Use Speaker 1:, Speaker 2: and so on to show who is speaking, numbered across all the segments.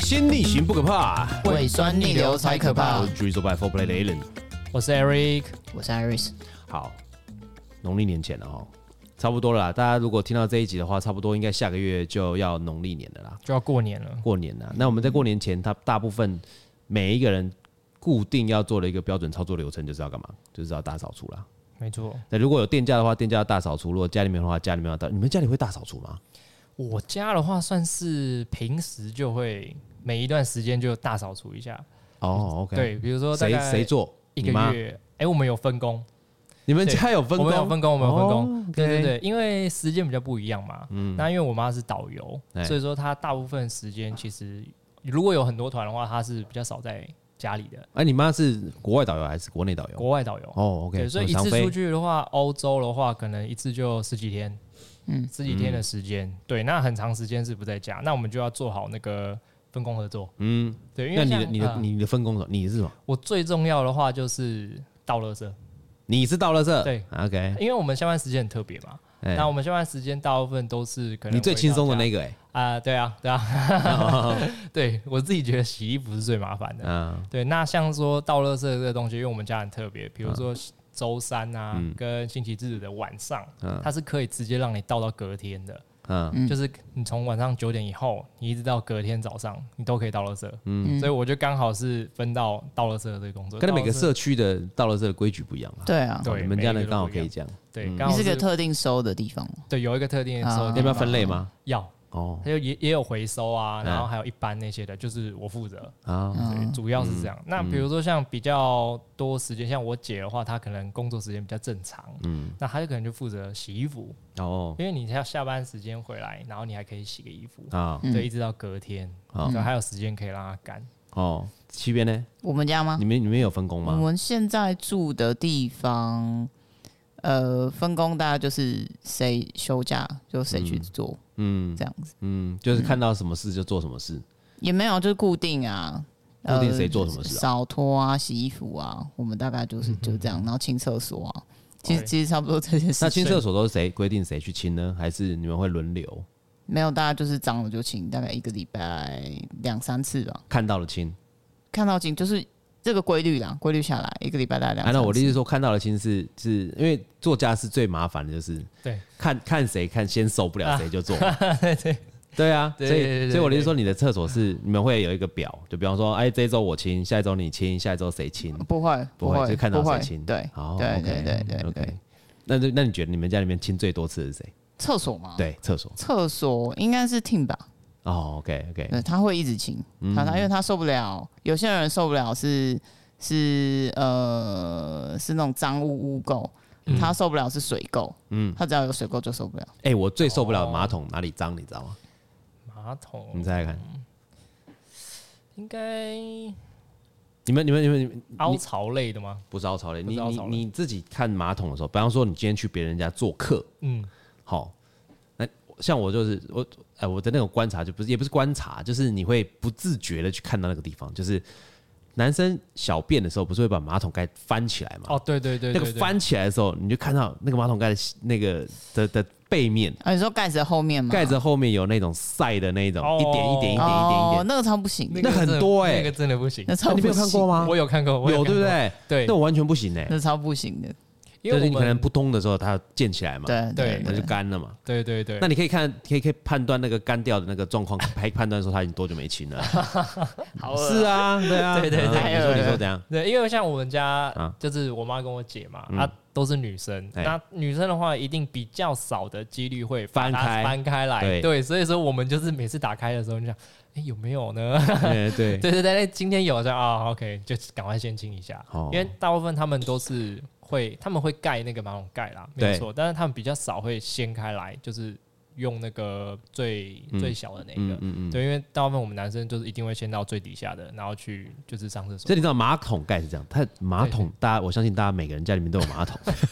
Speaker 1: 先逆行不可怕，
Speaker 2: 啊
Speaker 3: 胃酸逆流才可怕
Speaker 1: 我是 Drizzle by Four Play 的 Alan。
Speaker 2: 我是 Eric，
Speaker 3: 我是 Iris，
Speaker 1: 好，农历年前了哈，差不多了啦。大家如果听到这一集的话，差不多应该下个月就要农历年了啦，
Speaker 2: 就要过年了。
Speaker 1: 过年了。那我们在过年前，他大部分每一个人固定要做的一个标准操作流程，就是要干嘛？就是要大扫除啦。
Speaker 2: 没错，
Speaker 1: 那如果有店家的话，店家要大扫除；如果家里面的话，家里面要大。你们家里会大扫除吗？
Speaker 2: 我家的话算是平时就会每一段时间就大扫除一下。
Speaker 1: 哦，OK。，
Speaker 2: 嗯对，比如说大
Speaker 1: 谁
Speaker 2: 概
Speaker 1: 谁做？
Speaker 2: 一
Speaker 1: 你
Speaker 2: 个
Speaker 1: 妈？
Speaker 2: 月，哎、我们有分工，
Speaker 1: 你们
Speaker 2: 对
Speaker 1: 家有分
Speaker 2: 我
Speaker 1: 工？
Speaker 2: 们有分工，我们有分工。
Speaker 1: 哦，OK
Speaker 2: 对对对，因为时间比较不一样嘛。嗯，那因为我妈是导游，
Speaker 1: 哎
Speaker 2: 所以说她大部分时间其实如果有很多团的话，她是比较少在家里的，
Speaker 1: 哎、你妈是国外导游还是国内导游？
Speaker 2: 国外导游。
Speaker 1: 哦，OK，
Speaker 2: 对，所以
Speaker 1: 嗯
Speaker 2: 一
Speaker 1: 常
Speaker 2: 次
Speaker 1: 飞
Speaker 2: 出去的话，欧洲的话，可能一次就十几天，
Speaker 3: 嗯
Speaker 2: 十几天的时间。
Speaker 1: 嗯
Speaker 2: 对，那很长时间是不在家，那我们就要做好那个分工合作。
Speaker 1: 嗯，
Speaker 2: 对，因
Speaker 1: 那
Speaker 2: 为
Speaker 1: 你的
Speaker 2: 像
Speaker 1: 你的、
Speaker 2: 呃
Speaker 1: 你的分工是什么？你是什么？
Speaker 2: 我最重要的话就是倒垃圾，
Speaker 1: 你是到了这？
Speaker 2: 对
Speaker 1: ，OK，
Speaker 2: 因为我们下班时间很特别嘛。
Speaker 1: 哎、
Speaker 2: 那我们下班时间大部分都是可能
Speaker 1: 你最轻松的那
Speaker 2: 个
Speaker 1: 个哎、
Speaker 2: 啊，对啊，对啊， 对我自己觉得洗衣服是最麻烦的。
Speaker 1: 嗯，
Speaker 2: 对，那像说倒垃圾这个东西，因为我们家很特别，比
Speaker 1: 嗯
Speaker 2: 如说周三啊、跟星期日的晚上，
Speaker 1: 嗯
Speaker 2: 它是可以直接让你倒到隔天的，
Speaker 1: 嗯
Speaker 3: 嗯
Speaker 2: 就是你从晚上九点以后，你一直到隔天早上，你都可以倒垃圾。
Speaker 3: 嗯
Speaker 2: 所以我就刚好是分到倒垃圾的这个工作，
Speaker 1: 跟每个
Speaker 2: 倒垃圾
Speaker 1: 社区的到了这的规矩不一样啊。
Speaker 3: 对啊，
Speaker 2: 对
Speaker 1: 你们家
Speaker 2: 每
Speaker 1: 的
Speaker 2: 一个都
Speaker 1: 刚好
Speaker 2: 不一
Speaker 1: 可
Speaker 2: 样
Speaker 1: 以这样，
Speaker 2: 对，
Speaker 1: 嗯
Speaker 2: 刚
Speaker 3: 你
Speaker 2: 好
Speaker 3: 是个
Speaker 2: 是
Speaker 3: 特定收的地方吗？
Speaker 2: 对有一个特定的收
Speaker 3: 啊
Speaker 1: 要不要
Speaker 2: 地方
Speaker 1: 分类吗？
Speaker 2: 要，
Speaker 1: 哦
Speaker 2: 它，就也也有回收啊，
Speaker 1: 嗯
Speaker 2: 然后还有一般那些的，就是我负责。
Speaker 1: 啊，
Speaker 2: 对，主要是这样。
Speaker 1: 嗯
Speaker 2: 那比如说像比较多时间，像我姐的话，她可能工作时间比较正常，嗯，那她就可能就负责洗衣服，
Speaker 1: 哦，
Speaker 2: 因为你要下班时间回来，然后你还可以洗个衣服，
Speaker 1: 啊，
Speaker 2: 对，一直到隔天，
Speaker 1: 嗯
Speaker 2: 对，还有时间可以让它干。
Speaker 1: 哦，七边呢？
Speaker 3: 我们家吗
Speaker 1: 你？们你们有分工
Speaker 3: 啊我
Speaker 1: 吗？
Speaker 3: 们现在住的地方，呃，分工大概就是谁休假就谁去做，
Speaker 1: 嗯
Speaker 3: 这样子
Speaker 1: 嗯，就是看到什么事就做什么
Speaker 2: 嗯
Speaker 1: 事，
Speaker 3: 也没有就是固定啊，
Speaker 1: 固定
Speaker 3: 呃
Speaker 1: 谁做什么事啊嗯
Speaker 3: 扫拖啊、洗衣服啊，我们大概就是就这样，然后清厕所啊，其实
Speaker 2: OK
Speaker 3: 其实差不多这些
Speaker 1: 哦哎那
Speaker 3: 事
Speaker 1: 清
Speaker 3: 情，
Speaker 1: 厕所都是谁规定谁去清呢？还是你们会轮流
Speaker 3: 没有大家就是脏了就清，大概一个礼拜两三次吧。
Speaker 1: 看到了清？
Speaker 3: 看到景就是这个规律啦，规律下来一个礼拜大概两
Speaker 1: 啊，
Speaker 3: 三次。
Speaker 1: 那我的意思是说，看到的亲是是因为做家事最麻烦的就是
Speaker 2: 对
Speaker 1: 看看谁看先受不了谁就做，
Speaker 2: 对
Speaker 1: 对啊，所
Speaker 2: 对对
Speaker 1: 以
Speaker 2: 对
Speaker 1: 所以我的意思说，你的厕所是你们会有一个表，就比方说，哎，这一周我清，下一周你清，下一周谁清，
Speaker 3: 不会
Speaker 1: 不会就看到
Speaker 3: 不
Speaker 1: 谁
Speaker 3: 会
Speaker 1: 清，
Speaker 3: 对
Speaker 1: 好，
Speaker 3: 对
Speaker 1: OK，
Speaker 3: 对对对
Speaker 1: OK
Speaker 3: 对。
Speaker 1: 那就那你觉得你们家里面清最多次的是谁？
Speaker 3: 厕所嘛，，
Speaker 1: 对，厕所。
Speaker 3: 厕所应该是 Tim 吧，
Speaker 1: 哦，OK OK，
Speaker 3: 对，他会一直清，
Speaker 1: 嗯
Speaker 3: 他他因为他受不了，有些人受不了是是呃是那种脏污污垢。
Speaker 1: 嗯
Speaker 3: 他受不了是水垢，嗯，他只要有水垢就受不了。
Speaker 1: 哎，我最受不
Speaker 3: 哦
Speaker 1: 了马桶哪里脏，你知道吗？
Speaker 2: 马
Speaker 1: 你
Speaker 2: 桶
Speaker 1: 猜猜看，
Speaker 2: 应该
Speaker 1: 你们你们你们你们
Speaker 2: 凹槽类的吗？
Speaker 1: 不是凹槽类，
Speaker 2: 不
Speaker 1: 你
Speaker 2: 是凹
Speaker 1: 你
Speaker 2: 槽类
Speaker 1: 你自己看马桶的时候，比方说你今天去别人家做客，
Speaker 2: 嗯，
Speaker 1: 好，那像我就是我，哎，我的那种观察就不是也不是观察，就是你会不自觉的去看到那个地方，就是男生小便的时候不是会把马桶盖翻起来嘛？
Speaker 2: 哦，对对对
Speaker 1: 嗯那
Speaker 2: 对
Speaker 1: 个
Speaker 2: 对，
Speaker 1: 翻起来的时候，你就看到那个马桶盖的那个的的背面，
Speaker 3: 啊，你说盖子的后面吗？
Speaker 1: 盖子后面有那种晒的那种，
Speaker 2: 哦
Speaker 1: 一点一点一点一点一
Speaker 3: 哦，
Speaker 1: 点，
Speaker 3: 那个超不行，
Speaker 1: 那很
Speaker 2: 真的
Speaker 1: 多欸
Speaker 2: 那个真的不行
Speaker 3: 那。超
Speaker 1: 你
Speaker 3: 不
Speaker 1: 没有
Speaker 3: 行，
Speaker 1: 看过吗？
Speaker 2: 我有看过，我
Speaker 1: 有对
Speaker 2: 看
Speaker 1: 不
Speaker 2: 过？
Speaker 1: 对？
Speaker 2: 对
Speaker 1: 那，我完全不行哎、
Speaker 3: 那超不行的。
Speaker 2: 因
Speaker 1: 就是
Speaker 2: 为
Speaker 1: 你
Speaker 2: 我
Speaker 1: 可能
Speaker 2: 们
Speaker 1: 不通的时候，它溅起来嘛，
Speaker 3: 对
Speaker 2: 对
Speaker 1: 它就干了嘛。
Speaker 2: 对对对
Speaker 1: 那，你可以看，可以可以判断那个干掉的那个状况， 还判断说它已经多久没清 了。
Speaker 3: 好
Speaker 1: 是
Speaker 3: 啊，
Speaker 1: 啊，对啊，
Speaker 2: 对对对
Speaker 1: 嗯
Speaker 3: 太
Speaker 1: 你
Speaker 3: 恶
Speaker 1: 说
Speaker 3: 了
Speaker 1: 你说怎样？
Speaker 2: 对，因为像我们家、
Speaker 1: 啊嗯
Speaker 2: 就是我妈跟我姐嘛，啊，都是女生，
Speaker 1: 哎
Speaker 2: 那女生的话一定比较少的几率会把
Speaker 1: 翻
Speaker 2: 它
Speaker 1: 开
Speaker 2: 翻开来，
Speaker 1: 对
Speaker 2: 所以说我们就是每次打开的时候，你想，哎、有没有呢？
Speaker 1: 哎，对，
Speaker 2: 对对对，那今天有这样啊，OK，就赶快先清一下，
Speaker 1: 哦
Speaker 2: 因为大部分他们都是会，他们会盖那个马桶盖啦，没有
Speaker 1: 对
Speaker 2: 错，但是他们比较少会掀开来，就是用那个最、最小的那个。
Speaker 1: 嗯嗯。
Speaker 2: 对，因为大部分我们男生就是一定会先到最底下的，然后去就是上厕所。
Speaker 1: 所以你知道马桶盖是这样，它马桶大家我相信大家每个人家里面都有 马桶，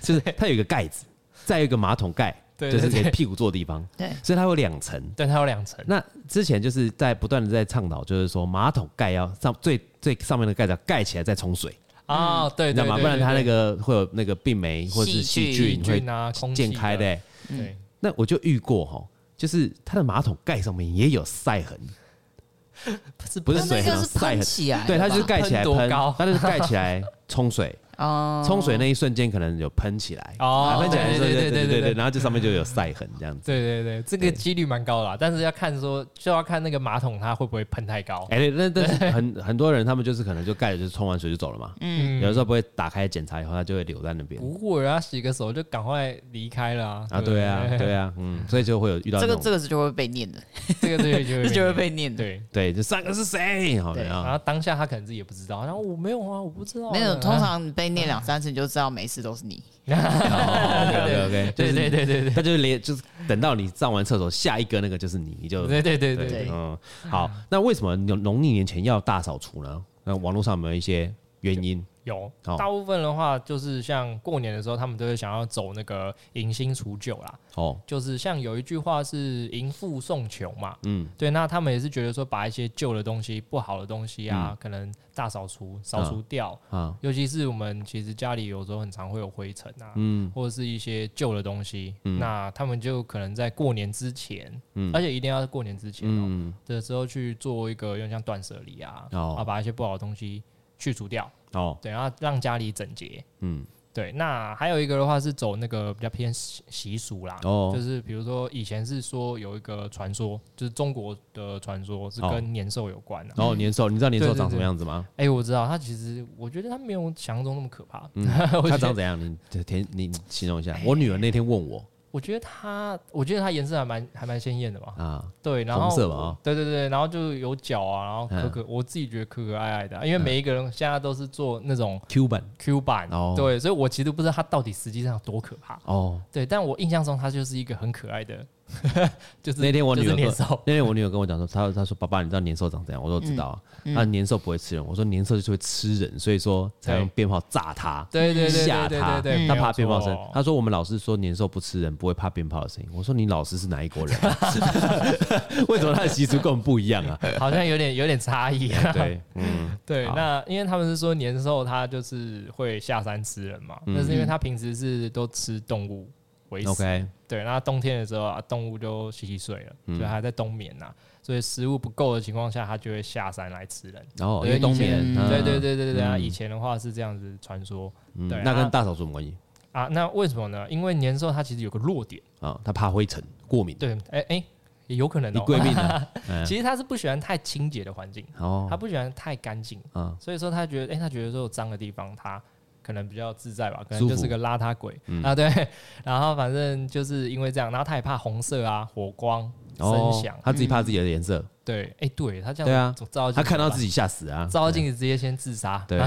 Speaker 1: 就是它有一个盖子，再有一个马桶盖，
Speaker 2: 对
Speaker 1: 就是
Speaker 2: 对
Speaker 1: 给
Speaker 2: 对
Speaker 1: 屁股坐的地方，
Speaker 3: 对，
Speaker 1: 所以它有两层。
Speaker 2: 对，它有两层。
Speaker 1: 那之前就是在不断的在倡导，就是说马桶盖要上最最上面的盖子要盖起来再冲水，
Speaker 2: 啊，对
Speaker 1: 你
Speaker 2: 对
Speaker 1: 知道吗？
Speaker 2: 对，对
Speaker 1: 不然它那
Speaker 2: 对
Speaker 1: 个会有那个病媒或是细
Speaker 3: 细
Speaker 1: 菌
Speaker 2: 细菌啊，
Speaker 1: 会
Speaker 2: 空气
Speaker 1: 溅开的欸。
Speaker 2: 对，
Speaker 1: 那我就遇过哈，就是它的马桶盖上面也有晒痕，
Speaker 2: 是
Speaker 1: 不是
Speaker 4: 那
Speaker 1: 水
Speaker 4: 那
Speaker 1: 很
Speaker 4: 个是
Speaker 1: 晒
Speaker 4: 喷
Speaker 1: 很，
Speaker 4: 起来的吧，
Speaker 1: 对，它就是盖起来
Speaker 2: 喷多
Speaker 1: 喷
Speaker 2: 高，
Speaker 1: 它就是盖起来冲水，
Speaker 3: 哦，
Speaker 1: 冲水那一瞬间可能有喷起来，
Speaker 2: 哦
Speaker 1: 啊喷起来的时候，
Speaker 2: 对
Speaker 1: 对对
Speaker 2: 对对
Speaker 1: 对
Speaker 2: 对
Speaker 1: 对，
Speaker 2: 对
Speaker 1: 然后这上面就有晒痕这样子。
Speaker 2: 对对对，这个几率蛮高的啦，但是要看说，就要看那个马桶它会不会喷太高。
Speaker 1: 哎，那但是很很多人他们就是可能就盖了，就是冲完水就走了嘛。
Speaker 2: 嗯
Speaker 1: 有的时候不会打开检查以后，它就会留在那边。
Speaker 2: 不会啊，洗个手就赶快离开了啊！
Speaker 1: 啊，
Speaker 2: 不
Speaker 1: 对啊，对啊，嗯，所以就会有遇到
Speaker 3: 这
Speaker 1: 那
Speaker 3: 个
Speaker 1: 种
Speaker 3: 这个是就会被 念的，
Speaker 2: 这个这个就
Speaker 3: 这
Speaker 2: 会
Speaker 3: 就会
Speaker 2: 被
Speaker 3: 被念的。
Speaker 2: 对。
Speaker 1: 对，这三个是谁？好
Speaker 3: 对
Speaker 2: 然
Speaker 1: 像
Speaker 2: 后当下他可能自己也不知道，然后我没有啊，我不知道啊。
Speaker 3: 没有，通常你被念两三次，你就知道每次都是你。
Speaker 1: OK OK，
Speaker 2: 对对对对对
Speaker 1: 他就是连就是等到你上完厕所，下一个那个就是你，你就
Speaker 2: 对对对对
Speaker 1: 对
Speaker 2: 对，
Speaker 1: 嗯，好，那为什么农农历年前要大扫除呢？那网络上有没有一些原因？
Speaker 2: 有
Speaker 1: 哦
Speaker 2: 大部分的话就是像过年的时候，他们都会想要走那个迎新除旧啦，
Speaker 1: 哦，
Speaker 2: 就是像有一句话是“迎富送穷”嘛，
Speaker 1: 嗯，
Speaker 2: 对，那他们也是觉得说把一些旧的东西、不好的东西啊，可能大扫除、扫除掉。
Speaker 1: 嗯啊，
Speaker 2: 尤其是我们其实家里有时候很常会有灰尘啊，
Speaker 1: 嗯
Speaker 2: 或者是一些旧的东西，那他们就可能在过年之前，而且一定要在过年之前哦、
Speaker 1: 嗯，
Speaker 2: 的时候去做一个有点像断舍离啊，
Speaker 1: 哦
Speaker 2: 啊把一些不好的东西去除掉，
Speaker 1: 哦，
Speaker 2: 对，然后让家里整洁。
Speaker 1: 嗯，
Speaker 2: 对，那还有一个的话是走那个比较偏习习俗啦，
Speaker 1: 哦
Speaker 2: 就是比如说以前是说有一个传说，就是中国的传说是
Speaker 1: 哦
Speaker 2: 跟年兽有关的、啊。
Speaker 1: 然后年兽，哦你知道年兽
Speaker 2: 对对
Speaker 1: 长什么
Speaker 2: 对
Speaker 1: 样子吗？
Speaker 2: 哎、我知道，它其实我觉得它没有想象中那么可怕。
Speaker 1: 嗯
Speaker 2: 我
Speaker 1: 它
Speaker 2: 觉
Speaker 1: 长
Speaker 2: 得哎
Speaker 1: 怎样？你填你形容一下。我女儿那天问我
Speaker 2: 我觉得它，我觉得它颜色还蛮还蛮鲜艳的嘛。
Speaker 1: 啊，
Speaker 2: 对，然后
Speaker 1: 红色嘛哦嗯
Speaker 2: 对对对，然后就有角啊，然后可可，我自己觉得可可爱爱的啊，因为每一个人现在都是做那种
Speaker 1: Q 版
Speaker 2: Q 版，
Speaker 1: 哦
Speaker 2: 对，所以我其实都不知道它到底实际上有多可怕。
Speaker 1: 哦。
Speaker 2: 对，但我印象中它就是一个很可爱的， 就是
Speaker 1: 那天我
Speaker 2: 就是
Speaker 1: 女儿
Speaker 2: 年
Speaker 1: 跟
Speaker 2: 兽，
Speaker 1: 那天我女儿跟我讲说，她她说爸爸，你知道年兽长怎样？我说知道啊，
Speaker 2: 嗯
Speaker 1: 那年兽不会吃人。我说年兽就是会吃人，所以说才用
Speaker 2: 对
Speaker 1: 鞭炮炸它。
Speaker 2: 对对对
Speaker 1: 吓
Speaker 2: 对对
Speaker 1: 他
Speaker 2: 对对，，
Speaker 1: 他
Speaker 2: 没有
Speaker 1: 怕鞭炮声
Speaker 2: 错。
Speaker 1: 他说我们老师说年兽不吃人，不会怕鞭炮的声音。我说你老师是哪一国人？啊 为什么他的习俗跟我们不一样啊？
Speaker 2: 好像有点有点差异、啊。
Speaker 1: 对，嗯，
Speaker 2: 对，
Speaker 1: 好
Speaker 2: 那因为他们是说年兽它就是会下山吃人嘛，但是因为它平时是都吃动物为食。
Speaker 1: 嗯，OK，
Speaker 2: 对，那冬天的时候啊，动物就洗洗睡了，
Speaker 1: 嗯
Speaker 2: 所以它在冬眠呐、所以食物不够的情况下，它就会下山来吃人。
Speaker 1: 然后
Speaker 2: 对
Speaker 1: 因为冬
Speaker 2: 以
Speaker 1: 眠，
Speaker 2: 前
Speaker 1: 嗯
Speaker 2: 对对，对对对，啊，
Speaker 1: 嗯
Speaker 2: 以前的话是这样子传说
Speaker 1: 嗯
Speaker 2: 对
Speaker 1: 那
Speaker 2: 啊
Speaker 1: 跟大扫除有什么关系
Speaker 2: 啊。那为什么呢？因为年兽它其实有个弱点，
Speaker 1: 啊？他怕灰尘，过敏，
Speaker 2: 对，哎、哎、也有可能
Speaker 1: 你
Speaker 2: 哦、
Speaker 1: 贵病啊？嗯
Speaker 2: 其实他是不喜欢太清洁的环境，他
Speaker 1: 哦，
Speaker 2: 不喜欢太干净，
Speaker 1: 啊，
Speaker 2: 所以说他觉得，哎、他觉得说有脏的地方，他可能比较自在吧，可
Speaker 1: 舒服
Speaker 2: 能
Speaker 1: 嗯
Speaker 2: 就是个邋遢鬼、啊，对。 然后反正就是因为这样，然后他也怕红色啊、火光、声
Speaker 1: 哦
Speaker 2: 响，，
Speaker 1: 他自己怕自己的颜色，
Speaker 2: 对，哎、对他这样，
Speaker 1: 对啊
Speaker 2: 照
Speaker 1: 他看到自
Speaker 2: 己
Speaker 1: 己吓死啊！
Speaker 2: 照照镜子直接先自杀，
Speaker 1: 对，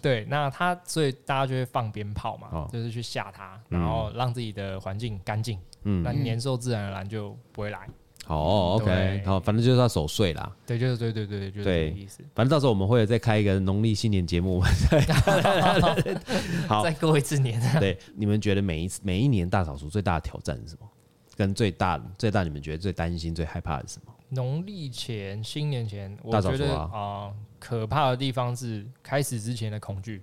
Speaker 2: 对，那他所以大家就会放鞭炮嘛，
Speaker 1: 哦
Speaker 2: 就是去吓他，然后让自己的环境干净，
Speaker 1: 嗯
Speaker 2: 那年兽自然而然就不会来，
Speaker 1: 好，OK，哦
Speaker 2: 对
Speaker 1: 好，反正就是他守岁啦。
Speaker 2: 对，就是对对对，就是
Speaker 1: 对
Speaker 2: 这个意思。
Speaker 1: 反正到时候我们会再开一个农历新年节目，我们再 好
Speaker 2: 再过一次年，
Speaker 1: 对，你们觉得每一次每一年大扫除最大的挑战是什么？跟最大最大你们觉得最担心、最害怕的是什么？
Speaker 2: 农历前、新年前，我
Speaker 1: 大扫
Speaker 2: 觉
Speaker 1: 除
Speaker 2: 得
Speaker 1: 啊
Speaker 2: 啊、可怕的地方是开始之前的恐惧。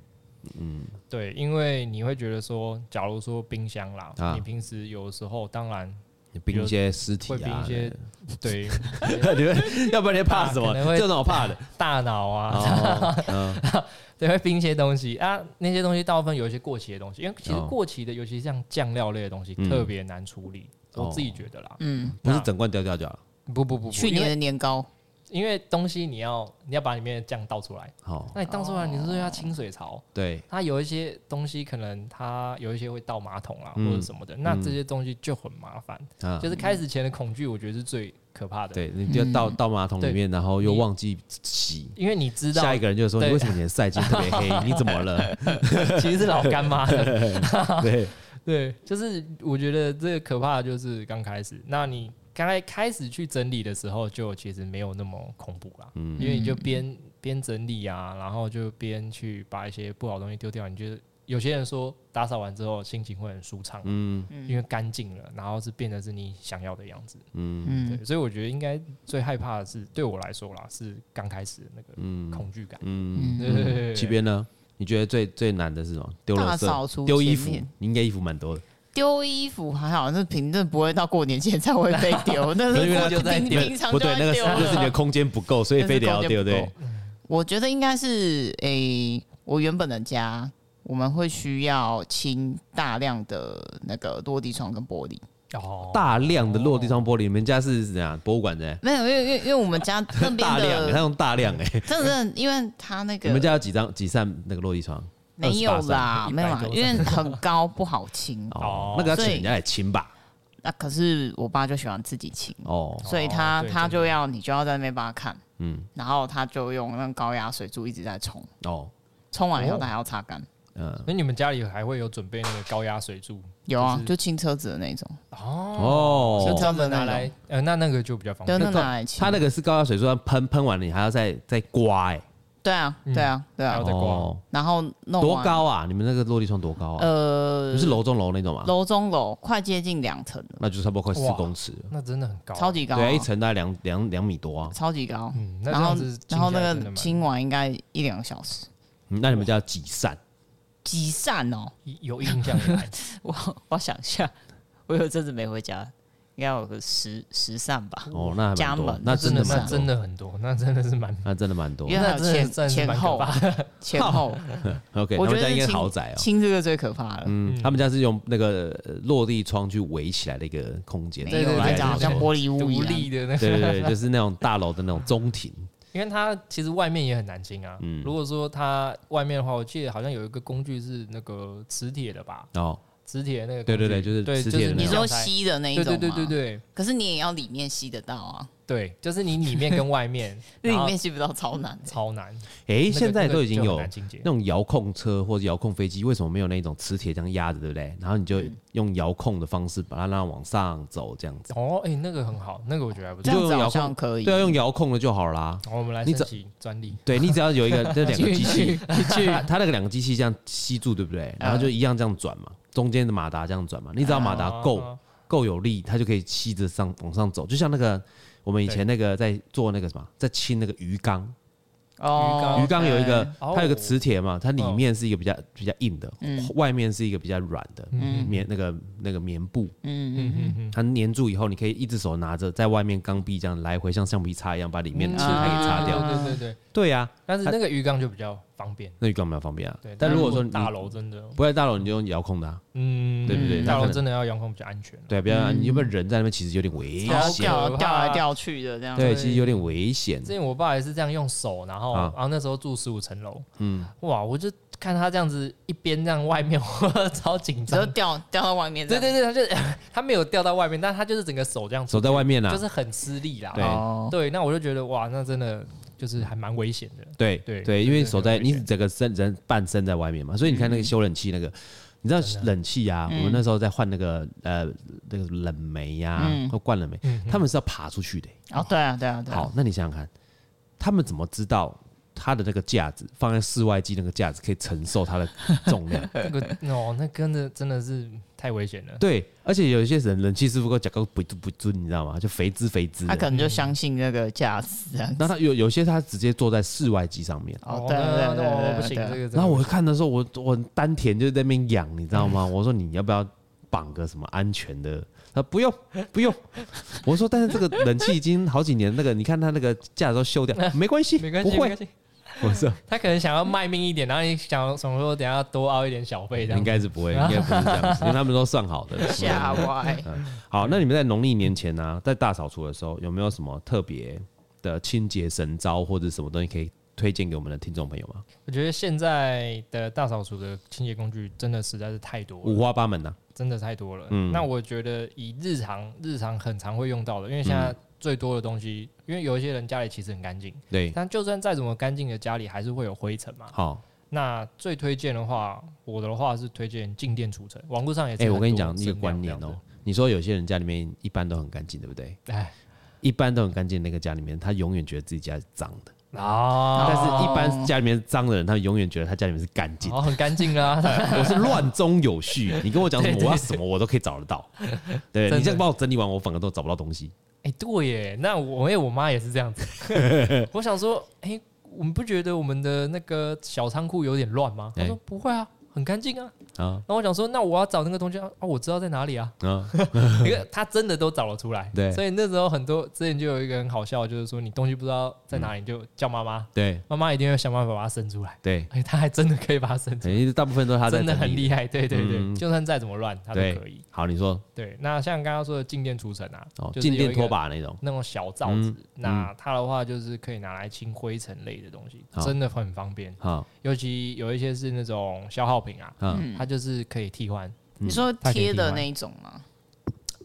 Speaker 2: 嗯，对，因为你会觉得说，假如说冰箱啦，
Speaker 1: 啊
Speaker 2: 你平时有时候当然
Speaker 1: 你冰一些尸体
Speaker 2: 会冰
Speaker 1: 啊
Speaker 2: 一，些对
Speaker 1: 你们 要不然你怕什么
Speaker 2: 可？能会
Speaker 1: 这种我 怕的。
Speaker 2: 大脑啊，
Speaker 1: 哦，嗯
Speaker 2: 对，会冰一些东西啊，那些东西大部分有一些过期的东西，因为其实
Speaker 1: 哦
Speaker 2: 过期的，尤其是像酱料类的东西，
Speaker 1: 嗯
Speaker 2: 特别难处理。
Speaker 1: 哦
Speaker 2: 我自己觉得啦，
Speaker 3: 嗯，
Speaker 1: 不是整罐掉掉就好了。
Speaker 2: 不不不不，
Speaker 3: 去年的年糕，
Speaker 2: 因为因为东西你要你要把里面的酱倒出来，
Speaker 1: 好，
Speaker 2: 那你倒出来，你是不是要清水槽？
Speaker 1: 哦对，
Speaker 2: 它有一些东西可能它有一些会倒马桶啊、
Speaker 1: 嗯
Speaker 2: 或者什么的，那这些东西就很麻烦。
Speaker 1: 啊
Speaker 2: 就，是开始前的恐惧，我觉得是最可怕的。，
Speaker 1: 对，你就倒倒马桶里面，然后又忘记洗。
Speaker 2: 因为嗯你知道
Speaker 1: 下一个人就说：“
Speaker 2: 对
Speaker 1: 你为什么你的赛季特别 黑？你怎么了
Speaker 2: 其实是老干妈 的，？”
Speaker 1: 对，
Speaker 2: 对，就是我觉得这个可怕的就是刚开始，那你刚才开始去整理的时候，就其实没有那么恐怖啦，
Speaker 1: 嗯
Speaker 2: 因为你就边边整理啊，然后就边去把一些不好的东西丢掉，你觉得。有些人说打扫完之后心情会很舒畅，
Speaker 1: 嗯
Speaker 2: 因为干净了，然后是变得是你想要的样子。
Speaker 1: 嗯
Speaker 3: 嗯
Speaker 2: 对，所以我觉得应该最害怕的是，对我来说啦，是刚开始的那个恐惧感。
Speaker 1: 嗯
Speaker 2: 对对对对
Speaker 1: 这边呢？你觉得最最难的是什么？丢垃
Speaker 3: 大扫
Speaker 1: 圾、
Speaker 3: 除
Speaker 1: 丢衣
Speaker 3: 前
Speaker 1: 服
Speaker 3: 面，
Speaker 1: 你应该衣服蛮多的。
Speaker 3: 丢衣服还好，那平正不会到过年前才会被 丢，那
Speaker 1: 可是因为它
Speaker 3: 是
Speaker 2: 就在
Speaker 3: 平
Speaker 2: 丢
Speaker 3: 平常
Speaker 1: 不
Speaker 3: 就
Speaker 1: 对，啊那个
Speaker 3: 在
Speaker 1: 是
Speaker 3: 丢
Speaker 1: 那是你的
Speaker 3: 了。
Speaker 1: 空间不够，所以非得要丢，
Speaker 3: 那是空间
Speaker 1: 对
Speaker 3: 不，我觉得应该是诶、我原本的家我们会需要清大量的那个落地窗跟玻璃，
Speaker 2: 哦，
Speaker 1: 大量的落地窗玻璃，你们家是怎样？博物馆的？
Speaker 3: 没有，因为因为因为我们家那边
Speaker 1: 大量欸，他
Speaker 3: 的嗯
Speaker 1: 用大量哎，
Speaker 3: 真的，因为他那
Speaker 1: 你
Speaker 3: 个
Speaker 1: 们家有几张几扇那个落地窗？
Speaker 3: 没有啦，
Speaker 2: 28
Speaker 3: 没有啦
Speaker 2: 100，多
Speaker 3: 因为很高不好 清
Speaker 1: 哦
Speaker 2: 哦，
Speaker 1: 那个要请
Speaker 3: 所以
Speaker 1: 人家来清吧？
Speaker 3: 那可是我爸就喜欢自己清，
Speaker 1: 哦，
Speaker 3: 所以他
Speaker 2: 哦对
Speaker 3: 他
Speaker 2: 真
Speaker 3: 就
Speaker 2: 的
Speaker 3: 要你就要在那边帮他看，
Speaker 1: 嗯，
Speaker 3: 然后他就用那个高压水柱一直在冲，
Speaker 1: 哦，
Speaker 3: 冲完以后
Speaker 2: 哦
Speaker 3: 他还要擦干。
Speaker 1: 嗯，
Speaker 2: 那你们家里还会有准备那个高压水柱
Speaker 3: 有啊
Speaker 2: 就，是
Speaker 3: 就清车子的那种，
Speaker 2: 哦，
Speaker 1: 哦
Speaker 2: 是，
Speaker 3: 这
Speaker 2: 这
Speaker 3: 样
Speaker 2: 样
Speaker 3: 子
Speaker 2: 子
Speaker 3: 拿
Speaker 2: 拿
Speaker 3: 来
Speaker 2: 来，呃，那那个就比较方
Speaker 3: 就
Speaker 2: 便。
Speaker 3: 那拿来清
Speaker 1: 它。那个是高压水柱，它喷喷完了你还要再再刮哎，
Speaker 3: 对啊，
Speaker 2: 嗯
Speaker 3: 对啊，对
Speaker 2: 还
Speaker 3: 啊
Speaker 2: 要。再刮
Speaker 1: 哦
Speaker 3: 然后弄
Speaker 1: 多
Speaker 3: 完？
Speaker 1: 高啊？你们那个落地窗多高啊？
Speaker 3: 呃
Speaker 1: 不，是楼中楼那种
Speaker 2: 啊
Speaker 1: 吗？
Speaker 3: 楼中楼快接近两层了，
Speaker 1: 那就差不多快四
Speaker 2: 哇
Speaker 1: 公尺了，
Speaker 2: 那真的很高，
Speaker 3: 超级高
Speaker 1: 对啊，
Speaker 3: 啊，
Speaker 1: 一层大概两两两米多啊。
Speaker 3: 超级高。
Speaker 2: 嗯，那
Speaker 3: 然
Speaker 2: 这
Speaker 3: 后
Speaker 2: 样子
Speaker 3: 然后
Speaker 2: 清起
Speaker 3: 那
Speaker 2: 来真的
Speaker 3: 个
Speaker 2: 蛮
Speaker 3: 清完应该一两个小时，
Speaker 1: 嗯那你们家有几扇？
Speaker 3: 几扇哦，
Speaker 2: 有印象 以来，
Speaker 3: 我我想一下，我有阵子没回家，应该有个十十扇吧，
Speaker 1: 哦，那还
Speaker 3: 家
Speaker 1: 蛮多
Speaker 3: 门，
Speaker 1: 那真
Speaker 2: 真
Speaker 1: 的
Speaker 2: 的
Speaker 1: 蛮
Speaker 2: 那
Speaker 1: 多
Speaker 2: 真，的很多，那真的是蛮
Speaker 1: 那真的蛮多
Speaker 3: 因。为还有
Speaker 2: 那真的
Speaker 3: 前
Speaker 2: 算是
Speaker 3: 前
Speaker 2: 蛮
Speaker 3: 后
Speaker 2: 可怕
Speaker 3: 前后，
Speaker 1: OK，他
Speaker 3: 我
Speaker 1: 们
Speaker 3: 觉得
Speaker 1: 家应该是
Speaker 3: 是清
Speaker 1: 豪宅哦。
Speaker 3: 清这个最可怕了。
Speaker 1: 嗯，他们家是用那个呃落地窗去围起来的一个空间，
Speaker 3: 没
Speaker 2: 对
Speaker 3: 有
Speaker 2: 对
Speaker 3: 来
Speaker 2: 对
Speaker 3: 讲，好像玻璃
Speaker 2: 独
Speaker 3: 屋一样。
Speaker 2: 立的那
Speaker 1: 对
Speaker 2: 个，
Speaker 1: 对对，就是那种大楼的那种中庭，
Speaker 2: 因为它其实外面也很难清啊。
Speaker 1: 嗯
Speaker 2: 如果说它外面的话，我记得好像有一个工具是那个磁铁的吧，
Speaker 1: 哦，
Speaker 2: 磁铁那个
Speaker 1: 对对对
Speaker 2: 工具
Speaker 1: 就是
Speaker 2: 对，
Speaker 1: 磁
Speaker 2: 就
Speaker 1: 铁的
Speaker 2: 是
Speaker 1: 那
Speaker 3: 你
Speaker 1: 种
Speaker 3: 说
Speaker 2: 想开
Speaker 3: 吸的那一
Speaker 2: 对
Speaker 3: 种
Speaker 2: 对对
Speaker 3: 吗
Speaker 2: 对对
Speaker 3: 可是你也要里面吸得到啊，，
Speaker 2: 对，就是你里面跟 外面
Speaker 3: 里
Speaker 2: 然后
Speaker 3: 面吸不到超难的。
Speaker 2: 超难。
Speaker 1: 诶，
Speaker 2: 那个
Speaker 1: 现在
Speaker 2: 那个
Speaker 1: 都已经
Speaker 2: 就很
Speaker 1: 有
Speaker 2: 难清洁
Speaker 1: 那种遥控车或者遥控飞机，为什么没有那种磁铁这样压着，对不对？然后你就
Speaker 3: 嗯
Speaker 1: 用遥控的方式把它让它往上走，这样子。
Speaker 2: 哦，哎，那个很好，那个我觉得还不
Speaker 3: 这
Speaker 2: 错。
Speaker 3: 样
Speaker 1: 就
Speaker 3: 子
Speaker 1: 用遥
Speaker 3: 好
Speaker 1: 控
Speaker 3: 像可以。
Speaker 1: 对啊，用遥控的就好啦。
Speaker 2: 好，我们来
Speaker 1: 你
Speaker 2: 申
Speaker 1: 怎
Speaker 2: 请专利。
Speaker 1: 对你只要有 一个这两个机器，
Speaker 3: 去
Speaker 1: 它它那个两个机器这样吸住，对不对？然后就一样这样转嘛，中间的马达这样转嘛。你只要马达够
Speaker 2: 啊
Speaker 1: 够有力，它就可以吸着上往上走。就像那个我们以前那个在做那个什么，在清那个鱼缸，
Speaker 3: 哦，
Speaker 1: 鱼缸有一个
Speaker 2: 哦
Speaker 1: 它有一个磁铁嘛，它里面是一个比较比较硬的，外面是一个比较软的
Speaker 2: 嗯
Speaker 1: 棉那个那个棉布，
Speaker 3: 嗯，嗯嗯，
Speaker 2: 嗯嗯，
Speaker 1: 它粘住以后，你可以一只手拿着，在外面钢壁这样来回像橡皮擦一样把里面的
Speaker 3: 嗯
Speaker 1: 磁铁给擦掉。
Speaker 2: 嗯对对对对，
Speaker 1: 对呀，
Speaker 2: 但是那个鱼缸就比较方便。
Speaker 1: 那鱼缸蛮方便啊
Speaker 2: 对，。
Speaker 1: 但如果说你
Speaker 2: 大楼真的，
Speaker 1: 不在大楼，你就用遥控的啊，
Speaker 2: 嗯，
Speaker 1: 对不对那
Speaker 2: 大
Speaker 1: 可
Speaker 2: 楼
Speaker 1: 能
Speaker 2: 真的要嗯遥控比较安全。
Speaker 1: 对啊，不要你有没有人在那边，其实有点危
Speaker 3: 然后
Speaker 1: 险。
Speaker 3: 掉掉来掉去的这样。
Speaker 1: 嗯对，其实有点危险
Speaker 2: 之。前我爸也是这样用手，然后、
Speaker 1: 啊
Speaker 2: 然后那时候住十五层楼，嗯，哇，我就看他这样子一边这样外面， 我超紧
Speaker 3: 只
Speaker 2: 张
Speaker 3: 是。掉掉到外面这
Speaker 2: 对
Speaker 3: 样。
Speaker 2: 对对，他就 他没有掉到外面，但他就是整个手这样出去
Speaker 1: 走在外面啊
Speaker 2: 就是很吃力啦。
Speaker 1: 对
Speaker 3: 哦，
Speaker 2: 对，那我就觉得哇，那真的就是还蛮危险的。
Speaker 1: 对
Speaker 2: 对
Speaker 1: 对，因
Speaker 2: 就
Speaker 1: 为
Speaker 2: 是很
Speaker 1: 手在
Speaker 2: 危
Speaker 1: 你
Speaker 2: 险嗯
Speaker 1: 整个身人半身在外面嘛，所以你看那个修冷气那个，你知道冷气啊，
Speaker 3: 嗯
Speaker 1: 我们那时候在换那个呃那个冷媒呀
Speaker 3: 嗯，
Speaker 1: 或灌冷媒，他们是要爬出去的欸。
Speaker 3: 哦，对啊，对啊，对啊。
Speaker 1: 好，那你想想看，他们怎么知道它的那个架子放在室外机那个架子可以承受它的重量？
Speaker 2: 那个哦，那跟着真的是太危险了。
Speaker 1: 对，而且有一些人冷气师傅给我讲个不不不尊，你知道吗？就肥滋肥滋
Speaker 3: 他啊可
Speaker 1: 的。
Speaker 3: 能就相信那个啊架子这样子。
Speaker 1: 那他有有些他直接坐在室外机上面，
Speaker 3: 哦，对
Speaker 2: 那
Speaker 3: 对
Speaker 2: 那我
Speaker 3: 对
Speaker 2: 不行，
Speaker 3: 对对。
Speaker 2: 这个真的
Speaker 1: 然后我看的时候，我我丹田就在那边痒，你知道
Speaker 2: 嗯
Speaker 1: 吗？我说你要不要绑个什么安全的？他说不用不用。我说但是这个冷气已经好几年，那个你看它那个架子都 修掉，没关系，
Speaker 2: 没关
Speaker 1: 不
Speaker 2: 系，没
Speaker 1: 会
Speaker 2: 关。系。
Speaker 1: 我说
Speaker 2: 他可能想要卖命一点，然后你想想说等一下多凹一点小费这样
Speaker 1: 应
Speaker 2: 子。
Speaker 1: 该是不会，应该不是这样子，因为他们都算 好的。
Speaker 3: 吓 歪！
Speaker 1: 好，那你们在农历年前呢、啊在大扫除的时候，有没有什么特别的清洁神招或者什么东西可以推荐给我们的听众朋友吗？
Speaker 2: 我觉得现在的大扫除的清洁工具真的实在是太多了
Speaker 1: 五。花八门啊呐、
Speaker 2: 真的太多了。
Speaker 1: 嗯
Speaker 2: 那我觉得以日常日常很常会用到的，因为现
Speaker 1: 嗯
Speaker 2: 在最多的东西，因为有一些人家里其实很干净，
Speaker 1: 对，
Speaker 2: 但就算再怎么干净的家里，还是会有灰尘嘛。
Speaker 1: 好，
Speaker 2: 那最推荐的话，我的话是推荐静电除尘，网络上也是
Speaker 1: 哎、
Speaker 2: 很多
Speaker 1: 我跟你讲一
Speaker 2: 声
Speaker 1: 个
Speaker 2: 量
Speaker 1: 观念
Speaker 2: 这
Speaker 1: 哦、
Speaker 2: 样子。
Speaker 1: 你说有些人家里面一般都很干净，对不对？
Speaker 2: 哎，
Speaker 1: 一般都很干净，那个家里面他永远觉得自己家是脏的，
Speaker 2: 啊，
Speaker 1: 但是一般家里面是脏的人，他永远觉得他家里面是干净的。
Speaker 2: 哦，很干 净啦，
Speaker 1: 我是乱中有序，你跟我讲什么，我要什么我都可以找得到。对
Speaker 2: 真的
Speaker 1: 你这样帮我整理完，我反而都找不到东西。
Speaker 2: 哎、对耶，那我哎、我妈也是这样子。 我想说，哎、我们不觉得我们的那个小仓库有点乱吗？
Speaker 1: 哎
Speaker 2: 她说不会啊，很干净啊。
Speaker 1: 啊
Speaker 2: 然后我想说，那我要找那个东西啊，啊我知道在哪 里啊。
Speaker 1: 啊，
Speaker 2: 因为他真的都找了出来。
Speaker 1: 对
Speaker 2: 所以那时候很多之前就有一个很好笑，就是说你东西不知道在哪里，你就叫妈妈，
Speaker 1: 对
Speaker 2: 妈妈一定会想办法把它生出来。
Speaker 1: 对，
Speaker 2: 哎，他还 真的可以把它生出
Speaker 1: 等于大部分都是他
Speaker 2: 来，
Speaker 1: 在
Speaker 2: 真的很
Speaker 1: 整理
Speaker 2: 厉害。对对对，
Speaker 1: 嗯
Speaker 2: 就算再怎么乱，他都
Speaker 1: 对
Speaker 2: 可以。
Speaker 1: 好，你说
Speaker 2: 对，那像刚刚说的静电除尘啊，
Speaker 1: 哦，
Speaker 2: 就是
Speaker 1: 静
Speaker 2: 有
Speaker 1: 电
Speaker 2: 一个
Speaker 1: 拖把嗯那种，
Speaker 2: 那种小罩子，那它的话就是可以拿来清灰尘类的东西，
Speaker 1: 好
Speaker 2: 真的很方便。
Speaker 1: 好，
Speaker 2: 尤其有一些是那种消耗品啊，
Speaker 1: 嗯，
Speaker 2: 它就是可以替换
Speaker 3: 你说
Speaker 2: 它可以
Speaker 3: 贴的
Speaker 2: 替换
Speaker 3: 那一种吗？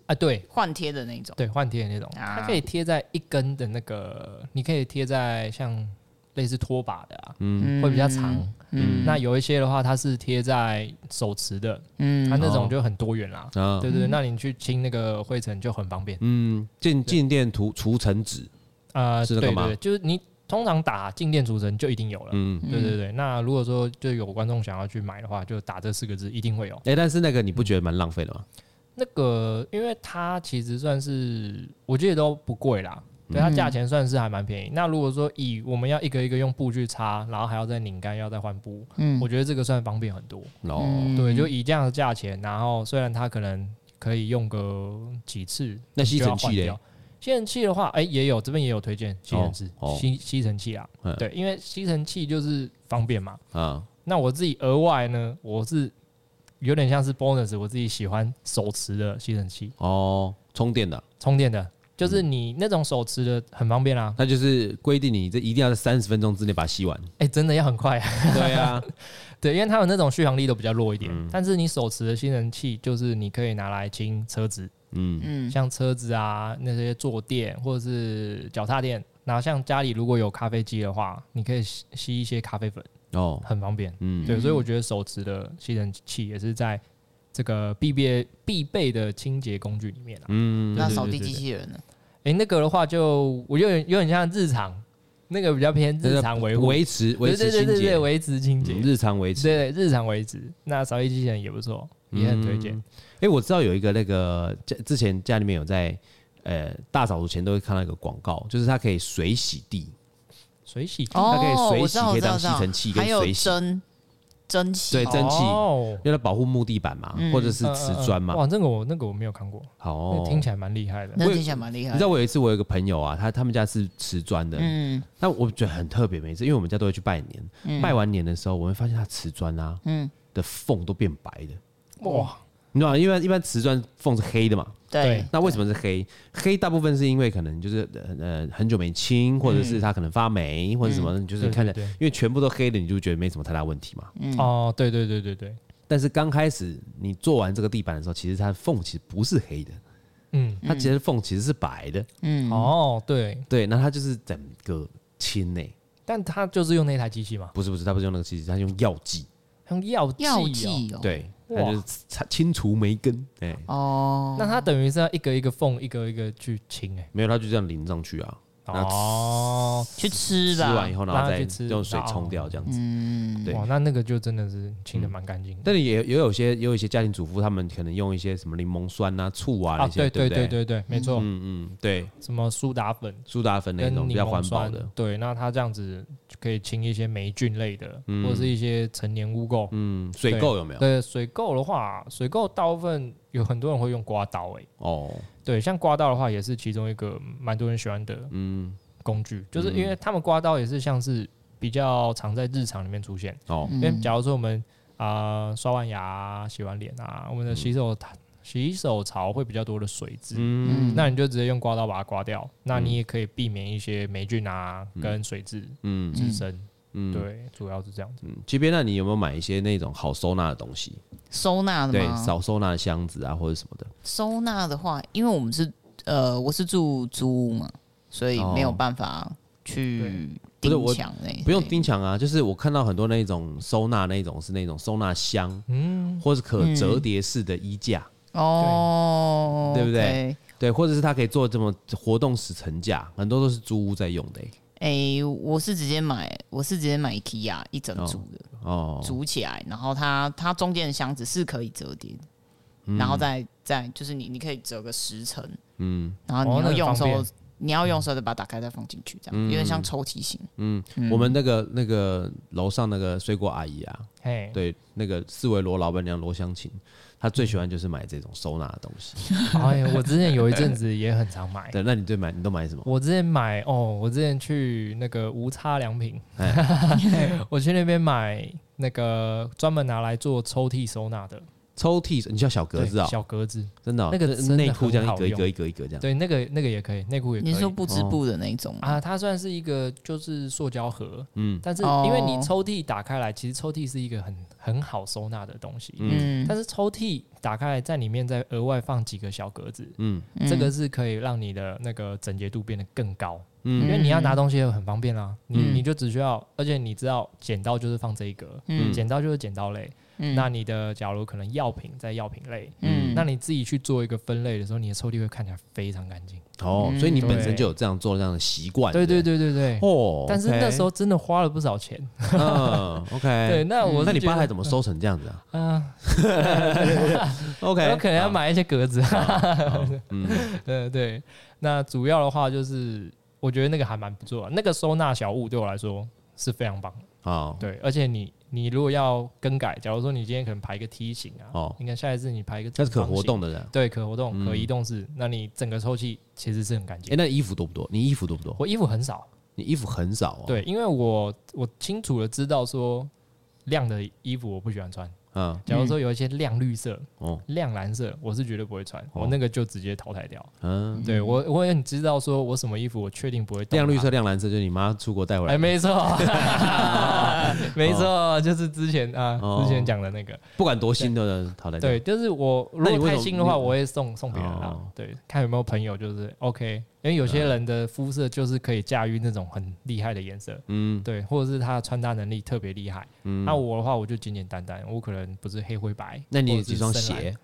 Speaker 2: 啊，对
Speaker 3: 换贴的那一种，
Speaker 2: 对，换贴的那种，
Speaker 3: 啊
Speaker 2: 它可以贴在一根的那个，你可以贴在像类似拖把的啊，
Speaker 3: 嗯
Speaker 2: 会比较长。
Speaker 3: 嗯
Speaker 2: 那有一些的话，它是贴在手持的，它
Speaker 3: 嗯，
Speaker 2: 那
Speaker 1: 哦
Speaker 2: 种就很多元啦，
Speaker 1: 啊，
Speaker 2: 对对对，那你去清那个灰尘就很方便。
Speaker 1: 嗯，静静电涂除尘纸，
Speaker 2: 啊，
Speaker 1: 是
Speaker 2: 对
Speaker 1: 那个
Speaker 2: 对
Speaker 1: 吗
Speaker 2: 对，就是你通常打静电除尘就一定有了。
Speaker 1: 嗯，
Speaker 2: 对对对，那如果说就有观众想要去买的话，就打这四个字一定会有。
Speaker 1: 哎，但是那个你不觉得蛮浪费的吗？
Speaker 2: 那个，因为它其实算是我记得都不贵啦，对
Speaker 1: 嗯
Speaker 2: 它价钱算是还蛮便宜。那如果说以我们要一个一个用布去擦，然后还要再拧干，要再换布，
Speaker 3: 嗯
Speaker 2: 我觉得这个算方便很多。
Speaker 1: 哦，
Speaker 2: 对，就以这样的价钱，然后虽然它可能可以用个几次，
Speaker 1: 那吸
Speaker 2: 就要
Speaker 1: 尘
Speaker 2: 换
Speaker 1: 器嘞
Speaker 2: 掉，。吸尘器的话，哎、也有这边也有推荐吸尘器
Speaker 1: 哦哦，
Speaker 2: 吸吸尘器啊
Speaker 1: 嗯，
Speaker 2: 对，因为吸尘器就是方便嘛。
Speaker 1: 啊，
Speaker 2: 那我自己额外呢，我是有点像是 bonus，我自己喜欢手持的吸尘器，
Speaker 1: 哦，充电的，
Speaker 2: 充电的，就是
Speaker 1: 嗯
Speaker 2: 你那种手持的很方便啊。
Speaker 1: 它就是规定你这一定要在三十分钟之内把它 吸完。
Speaker 2: 哎、真的要很快、啊，
Speaker 1: 对啊，
Speaker 2: 对，因为它们那种续航力都比较弱一点。
Speaker 1: 嗯
Speaker 2: 但是你手持的吸尘器，就是你可以拿来清车子，
Speaker 1: 嗯，
Speaker 3: 嗯
Speaker 2: 像车子啊那些坐垫或者是脚踏垫。然后像家里如果有咖啡机的话，你可以吸吸一些咖啡粉，
Speaker 1: 哦，
Speaker 2: 很方便。
Speaker 1: 嗯，
Speaker 2: 对，所以我觉得手持的吸尘器也是在这个必备必备的清洁工具里面啊。
Speaker 1: 嗯，
Speaker 3: 那
Speaker 2: 对对
Speaker 3: 扫地
Speaker 2: 对对
Speaker 3: 机器人呢？
Speaker 2: 诶，那个的话就我有点有点像日常，那个比较偏日常维护，
Speaker 1: 维持维持
Speaker 2: 对对
Speaker 1: 清
Speaker 2: 对对对，
Speaker 1: 洁，
Speaker 2: 维持清洁，
Speaker 1: 嗯
Speaker 2: 对
Speaker 1: 日常维持。
Speaker 2: 对日常维持。那扫地机器人也不错，也很推荐。
Speaker 1: 哎，我知道有一个那个家之前家里面有在呃大扫除前都会看到一个广告，就是它可以水洗地，
Speaker 2: 水洗地
Speaker 1: 它可以
Speaker 3: 哦，
Speaker 1: 水洗
Speaker 3: 我知
Speaker 1: 可
Speaker 3: 道，
Speaker 1: 以
Speaker 3: 我知道
Speaker 1: 当
Speaker 3: 我知道
Speaker 1: 吸尘器跟
Speaker 3: 还有
Speaker 1: 水洗
Speaker 3: 蒸蒸汽
Speaker 1: 对，蒸汽
Speaker 2: 哦
Speaker 1: 用来保护木地板嘛，
Speaker 3: 嗯
Speaker 1: 或者是瓷砖
Speaker 2: 嗯嗯嗯
Speaker 1: 嘛。
Speaker 2: 哇，那个我那个我没有看过，
Speaker 1: 好
Speaker 2: 那
Speaker 1: 哦
Speaker 2: 个，听起来蛮厉害的。
Speaker 3: 那听起来蛮厉害
Speaker 1: 你知
Speaker 3: 的。
Speaker 1: 道我有一次，我有一个朋友啊，他他们家是瓷砖的，
Speaker 3: 嗯
Speaker 1: 那我觉得很特别，每次因为我们家都会去拜年，
Speaker 2: 嗯
Speaker 1: 拜完年的时候，我会发现它瓷砖啊
Speaker 3: 嗯，
Speaker 1: 的缝都变白的，
Speaker 2: 哇，
Speaker 1: 你知道吗？因为一般瓷砖缝是黑的嘛，
Speaker 3: 对
Speaker 2: 对，
Speaker 1: 那为什么是黑？黑大部分是因为可能就是呃呃很久没清，或者是它可能发霉，或者什么，就是
Speaker 2: 对
Speaker 1: 看着，
Speaker 2: 嗯
Speaker 1: 嗯
Speaker 2: 对对
Speaker 1: 因为全部都黑的，你就觉得没什么太大问题嘛。
Speaker 3: 嗯
Speaker 2: 哦，对对对对对，
Speaker 1: 但是刚开始你做完这个地板的时候，其实它的缝其实不是黑的，
Speaker 2: 嗯，
Speaker 1: 它其实缝其实是白的，
Speaker 3: 嗯，
Speaker 2: 哦，对，
Speaker 1: 对，那它就是整个清呢、
Speaker 2: 但他就是用那台机器嘛，
Speaker 1: 不是不是，他不是用那个器具，他用药剂，
Speaker 2: 用药剂
Speaker 3: 药
Speaker 2: 哦
Speaker 3: 剂哦，，
Speaker 1: 对，他
Speaker 2: 哇
Speaker 1: 就是擦清除霉根，哎、
Speaker 3: 哦，
Speaker 2: 那它等于是要一个一个缝，一个一个去清哎、
Speaker 1: 没有，他就这样淋上去啊，那
Speaker 2: 哦，
Speaker 3: 去吃
Speaker 1: 吃
Speaker 3: 吧，
Speaker 1: 完以后，然后
Speaker 2: 让它
Speaker 1: 再
Speaker 2: 去吃哦
Speaker 1: 用水冲掉这样子。
Speaker 3: 嗯，
Speaker 1: 对
Speaker 2: 哇，那那个就真的是清的蛮干净的。
Speaker 1: 但是也也有些也有一些家庭主妇，他们可能用一些什么柠檬酸啊、醋啊那
Speaker 2: 啊，
Speaker 1: 些，对
Speaker 2: 对对
Speaker 1: 不
Speaker 2: 对对对，没错，
Speaker 1: 嗯嗯，对，
Speaker 2: 什么苏打粉
Speaker 1: 苏打粉那
Speaker 2: 跟
Speaker 1: 种比
Speaker 2: 柠
Speaker 1: 较
Speaker 2: 檬
Speaker 1: 环保
Speaker 2: 酸
Speaker 1: 的，，
Speaker 2: 对，那它这样子就可以清一些霉菌类的，或者是一些成年污垢。
Speaker 1: 嗯，水垢有没有？
Speaker 2: 对，水垢的话，水垢大部分有很多人会用刮刀哎、
Speaker 1: 哦，
Speaker 2: 对，像刮刀的话，也是其中一个蛮多人喜欢的
Speaker 1: 嗯，
Speaker 2: 工具，就是因为他们刮刀也是像是比较常在日常里面出现。
Speaker 1: 哦，
Speaker 3: 嗯
Speaker 2: 因为假如说我们啊、呃刷完牙、洗完脸啊，我们的洗手台、洗手槽会比较多的水渍，
Speaker 1: 嗯
Speaker 2: 那你就直接用刮刀把它刮掉，那你也可以避免一些霉菌啊跟水渍
Speaker 1: 嗯
Speaker 2: 滋生。
Speaker 1: 嗯，
Speaker 2: 对，主要是这样子。
Speaker 1: 嗯，即便那你有没有买一些那种好收纳的东西？
Speaker 3: 收纳的
Speaker 1: 对，
Speaker 3: 吗？
Speaker 1: 少收纳的箱子啊，或者什么的。
Speaker 3: 收纳的话，因为我们是呃，我是住租屋嘛，所以没有
Speaker 1: 哦
Speaker 3: 办法去
Speaker 1: 对不是
Speaker 3: 钉
Speaker 1: 我
Speaker 3: 墙欸那，
Speaker 1: 不用钉墙啊，就是我看到很多那种收纳那种是那种收纳箱，嗯，或是可折叠式的衣架，
Speaker 3: 哦，
Speaker 1: 对不对
Speaker 3: OK？
Speaker 1: 对，或者是它可以做这么活动时层架，很多都是租屋在用的欸、
Speaker 3: 哎、我是直接买，我是直接买 IKEA 一整
Speaker 1: 哦
Speaker 3: 组的，
Speaker 1: 哦，
Speaker 3: 组起来，然后它它中间的箱子是可以折叠的，然后再再就是你你可以折个十层，嗯，然后
Speaker 2: 哦
Speaker 3: 你要
Speaker 2: 那哦很
Speaker 3: 用的时
Speaker 2: 方
Speaker 3: 候
Speaker 2: 便
Speaker 3: 你要用手指把它打开再放进去，这样有
Speaker 1: 嗯
Speaker 3: 点像抽屉型。
Speaker 1: 我们那个那个楼上那个水果阿姨啊，
Speaker 2: 嘿，
Speaker 1: 对，那个四维罗老板娘罗香琴，她最喜欢就是买这种收纳的东西。
Speaker 2: 哎呀，我之前有一阵子也很常买。
Speaker 1: 对，那你最买你都买什么？
Speaker 2: 我之前买哦，我之前去那个无差良品，
Speaker 1: 哎
Speaker 2: 我去那边买那个专门拿来做抽屉收纳的
Speaker 1: 抽屉，你叫小格
Speaker 2: 对
Speaker 1: 子啊、
Speaker 2: 小格子，
Speaker 1: 真的哦、
Speaker 2: 那个真的
Speaker 1: 内裤这样
Speaker 2: 很
Speaker 1: 一
Speaker 2: 好
Speaker 1: 格一格
Speaker 2: 用
Speaker 1: 一格一格这样。
Speaker 2: 对，那个那个也可以，内裤也可
Speaker 3: 你是说
Speaker 2: 以。
Speaker 3: 不织布的那一
Speaker 1: 哦
Speaker 3: 种吗？
Speaker 2: 啊，它算是一个就是塑胶盒，
Speaker 1: 嗯
Speaker 2: 嗯，但是
Speaker 3: 哦
Speaker 2: 因为你抽屉打开来，其实抽屉是一个很很好收纳的东西，
Speaker 3: 嗯，
Speaker 2: 但是抽屉打开来，在里面再额外放几个小格子，
Speaker 1: 嗯
Speaker 3: 嗯
Speaker 2: 这个是可以让你的那个整洁度变得更高，因
Speaker 1: 嗯
Speaker 2: 为你要拿东西很方便啦，你
Speaker 3: 嗯
Speaker 2: 你就只需要，而且你知道剪刀就是放这一格，
Speaker 3: 嗯
Speaker 2: 剪刀就是剪刀类，
Speaker 3: 嗯
Speaker 2: 那你的假如可能药品在药品类，
Speaker 3: 嗯
Speaker 2: 那你自己去做一个分类的时候，你的抽屉会看起来非常干净。
Speaker 1: 哦，
Speaker 3: 嗯
Speaker 1: 所以你本身
Speaker 2: 对
Speaker 1: 就有这样做这样的习惯。
Speaker 2: 对对
Speaker 1: 不
Speaker 2: 对对对。
Speaker 1: 哦，
Speaker 2: 但是
Speaker 1: OK
Speaker 2: 那时候真的花了不少钱，
Speaker 1: 嗯，OK，
Speaker 2: 对，那我
Speaker 1: 那你爸还
Speaker 2: 么？
Speaker 1: 怎么哎收成这样子 啊
Speaker 2: 啊，嗯
Speaker 1: ？OK，
Speaker 2: 我可能要买一些格子，
Speaker 1: 嗯
Speaker 2: 对对，那主要的话就是，我觉得那个还蛮不错的，那个收纳小物对我来说是非常棒的。
Speaker 1: 好，
Speaker 2: 对，而且你你如果要更改，假如说你今天可能排一个梯形啊，
Speaker 1: 哦
Speaker 2: 哦，你看下一次你排一个，
Speaker 1: 那是可活，动的人。
Speaker 2: 对，可活动、
Speaker 1: 嗯
Speaker 2: 可移动式，那你整个抽屉其实是很干
Speaker 1: 哎、
Speaker 2: 净。
Speaker 1: 那衣服多不多？你衣服多不多？
Speaker 2: 我衣服很少，
Speaker 1: 你衣服很少哦。，
Speaker 2: 对，因为我我清楚的知道说亮的衣服我不喜欢穿，
Speaker 1: 嗯，
Speaker 2: 假如说有一些亮绿色、
Speaker 1: 哦，
Speaker 2: 亮蓝色，我是绝对不会穿，
Speaker 1: 哦
Speaker 2: 我那个就直接淘汰掉。
Speaker 1: 嗯，
Speaker 2: 对我，我也很知道说我什么衣服我确定不会动它
Speaker 1: 亮绿色、。亮蓝色，就是你妈出国带回来
Speaker 2: 哎，
Speaker 1: 的，
Speaker 2: 没错， 没
Speaker 1: 哦
Speaker 2: 错，就是之前啊，之前讲的那个，
Speaker 1: 不管多新的淘汰掉。哦
Speaker 2: 对，就是我
Speaker 1: 那
Speaker 2: 如
Speaker 1: 你为
Speaker 2: 果
Speaker 1: 什
Speaker 2: 太
Speaker 1: 么
Speaker 2: 新的话，
Speaker 1: 你
Speaker 2: 我会送送别人啦
Speaker 1: 哦。嗯
Speaker 2: 对，看有没有朋友就是 OK，因为有些人的肤色就是可以驾驭那种很厉害的颜色，
Speaker 1: 嗯
Speaker 2: 对，或者是他的穿搭能力特别厉害。
Speaker 1: 嗯，
Speaker 2: 那我的话，我就简简单单，我可能不是黑灰白。
Speaker 1: 那你
Speaker 2: 或
Speaker 1: 有
Speaker 2: 者是
Speaker 1: 几双
Speaker 2: 深蓝？
Speaker 1: 鞋？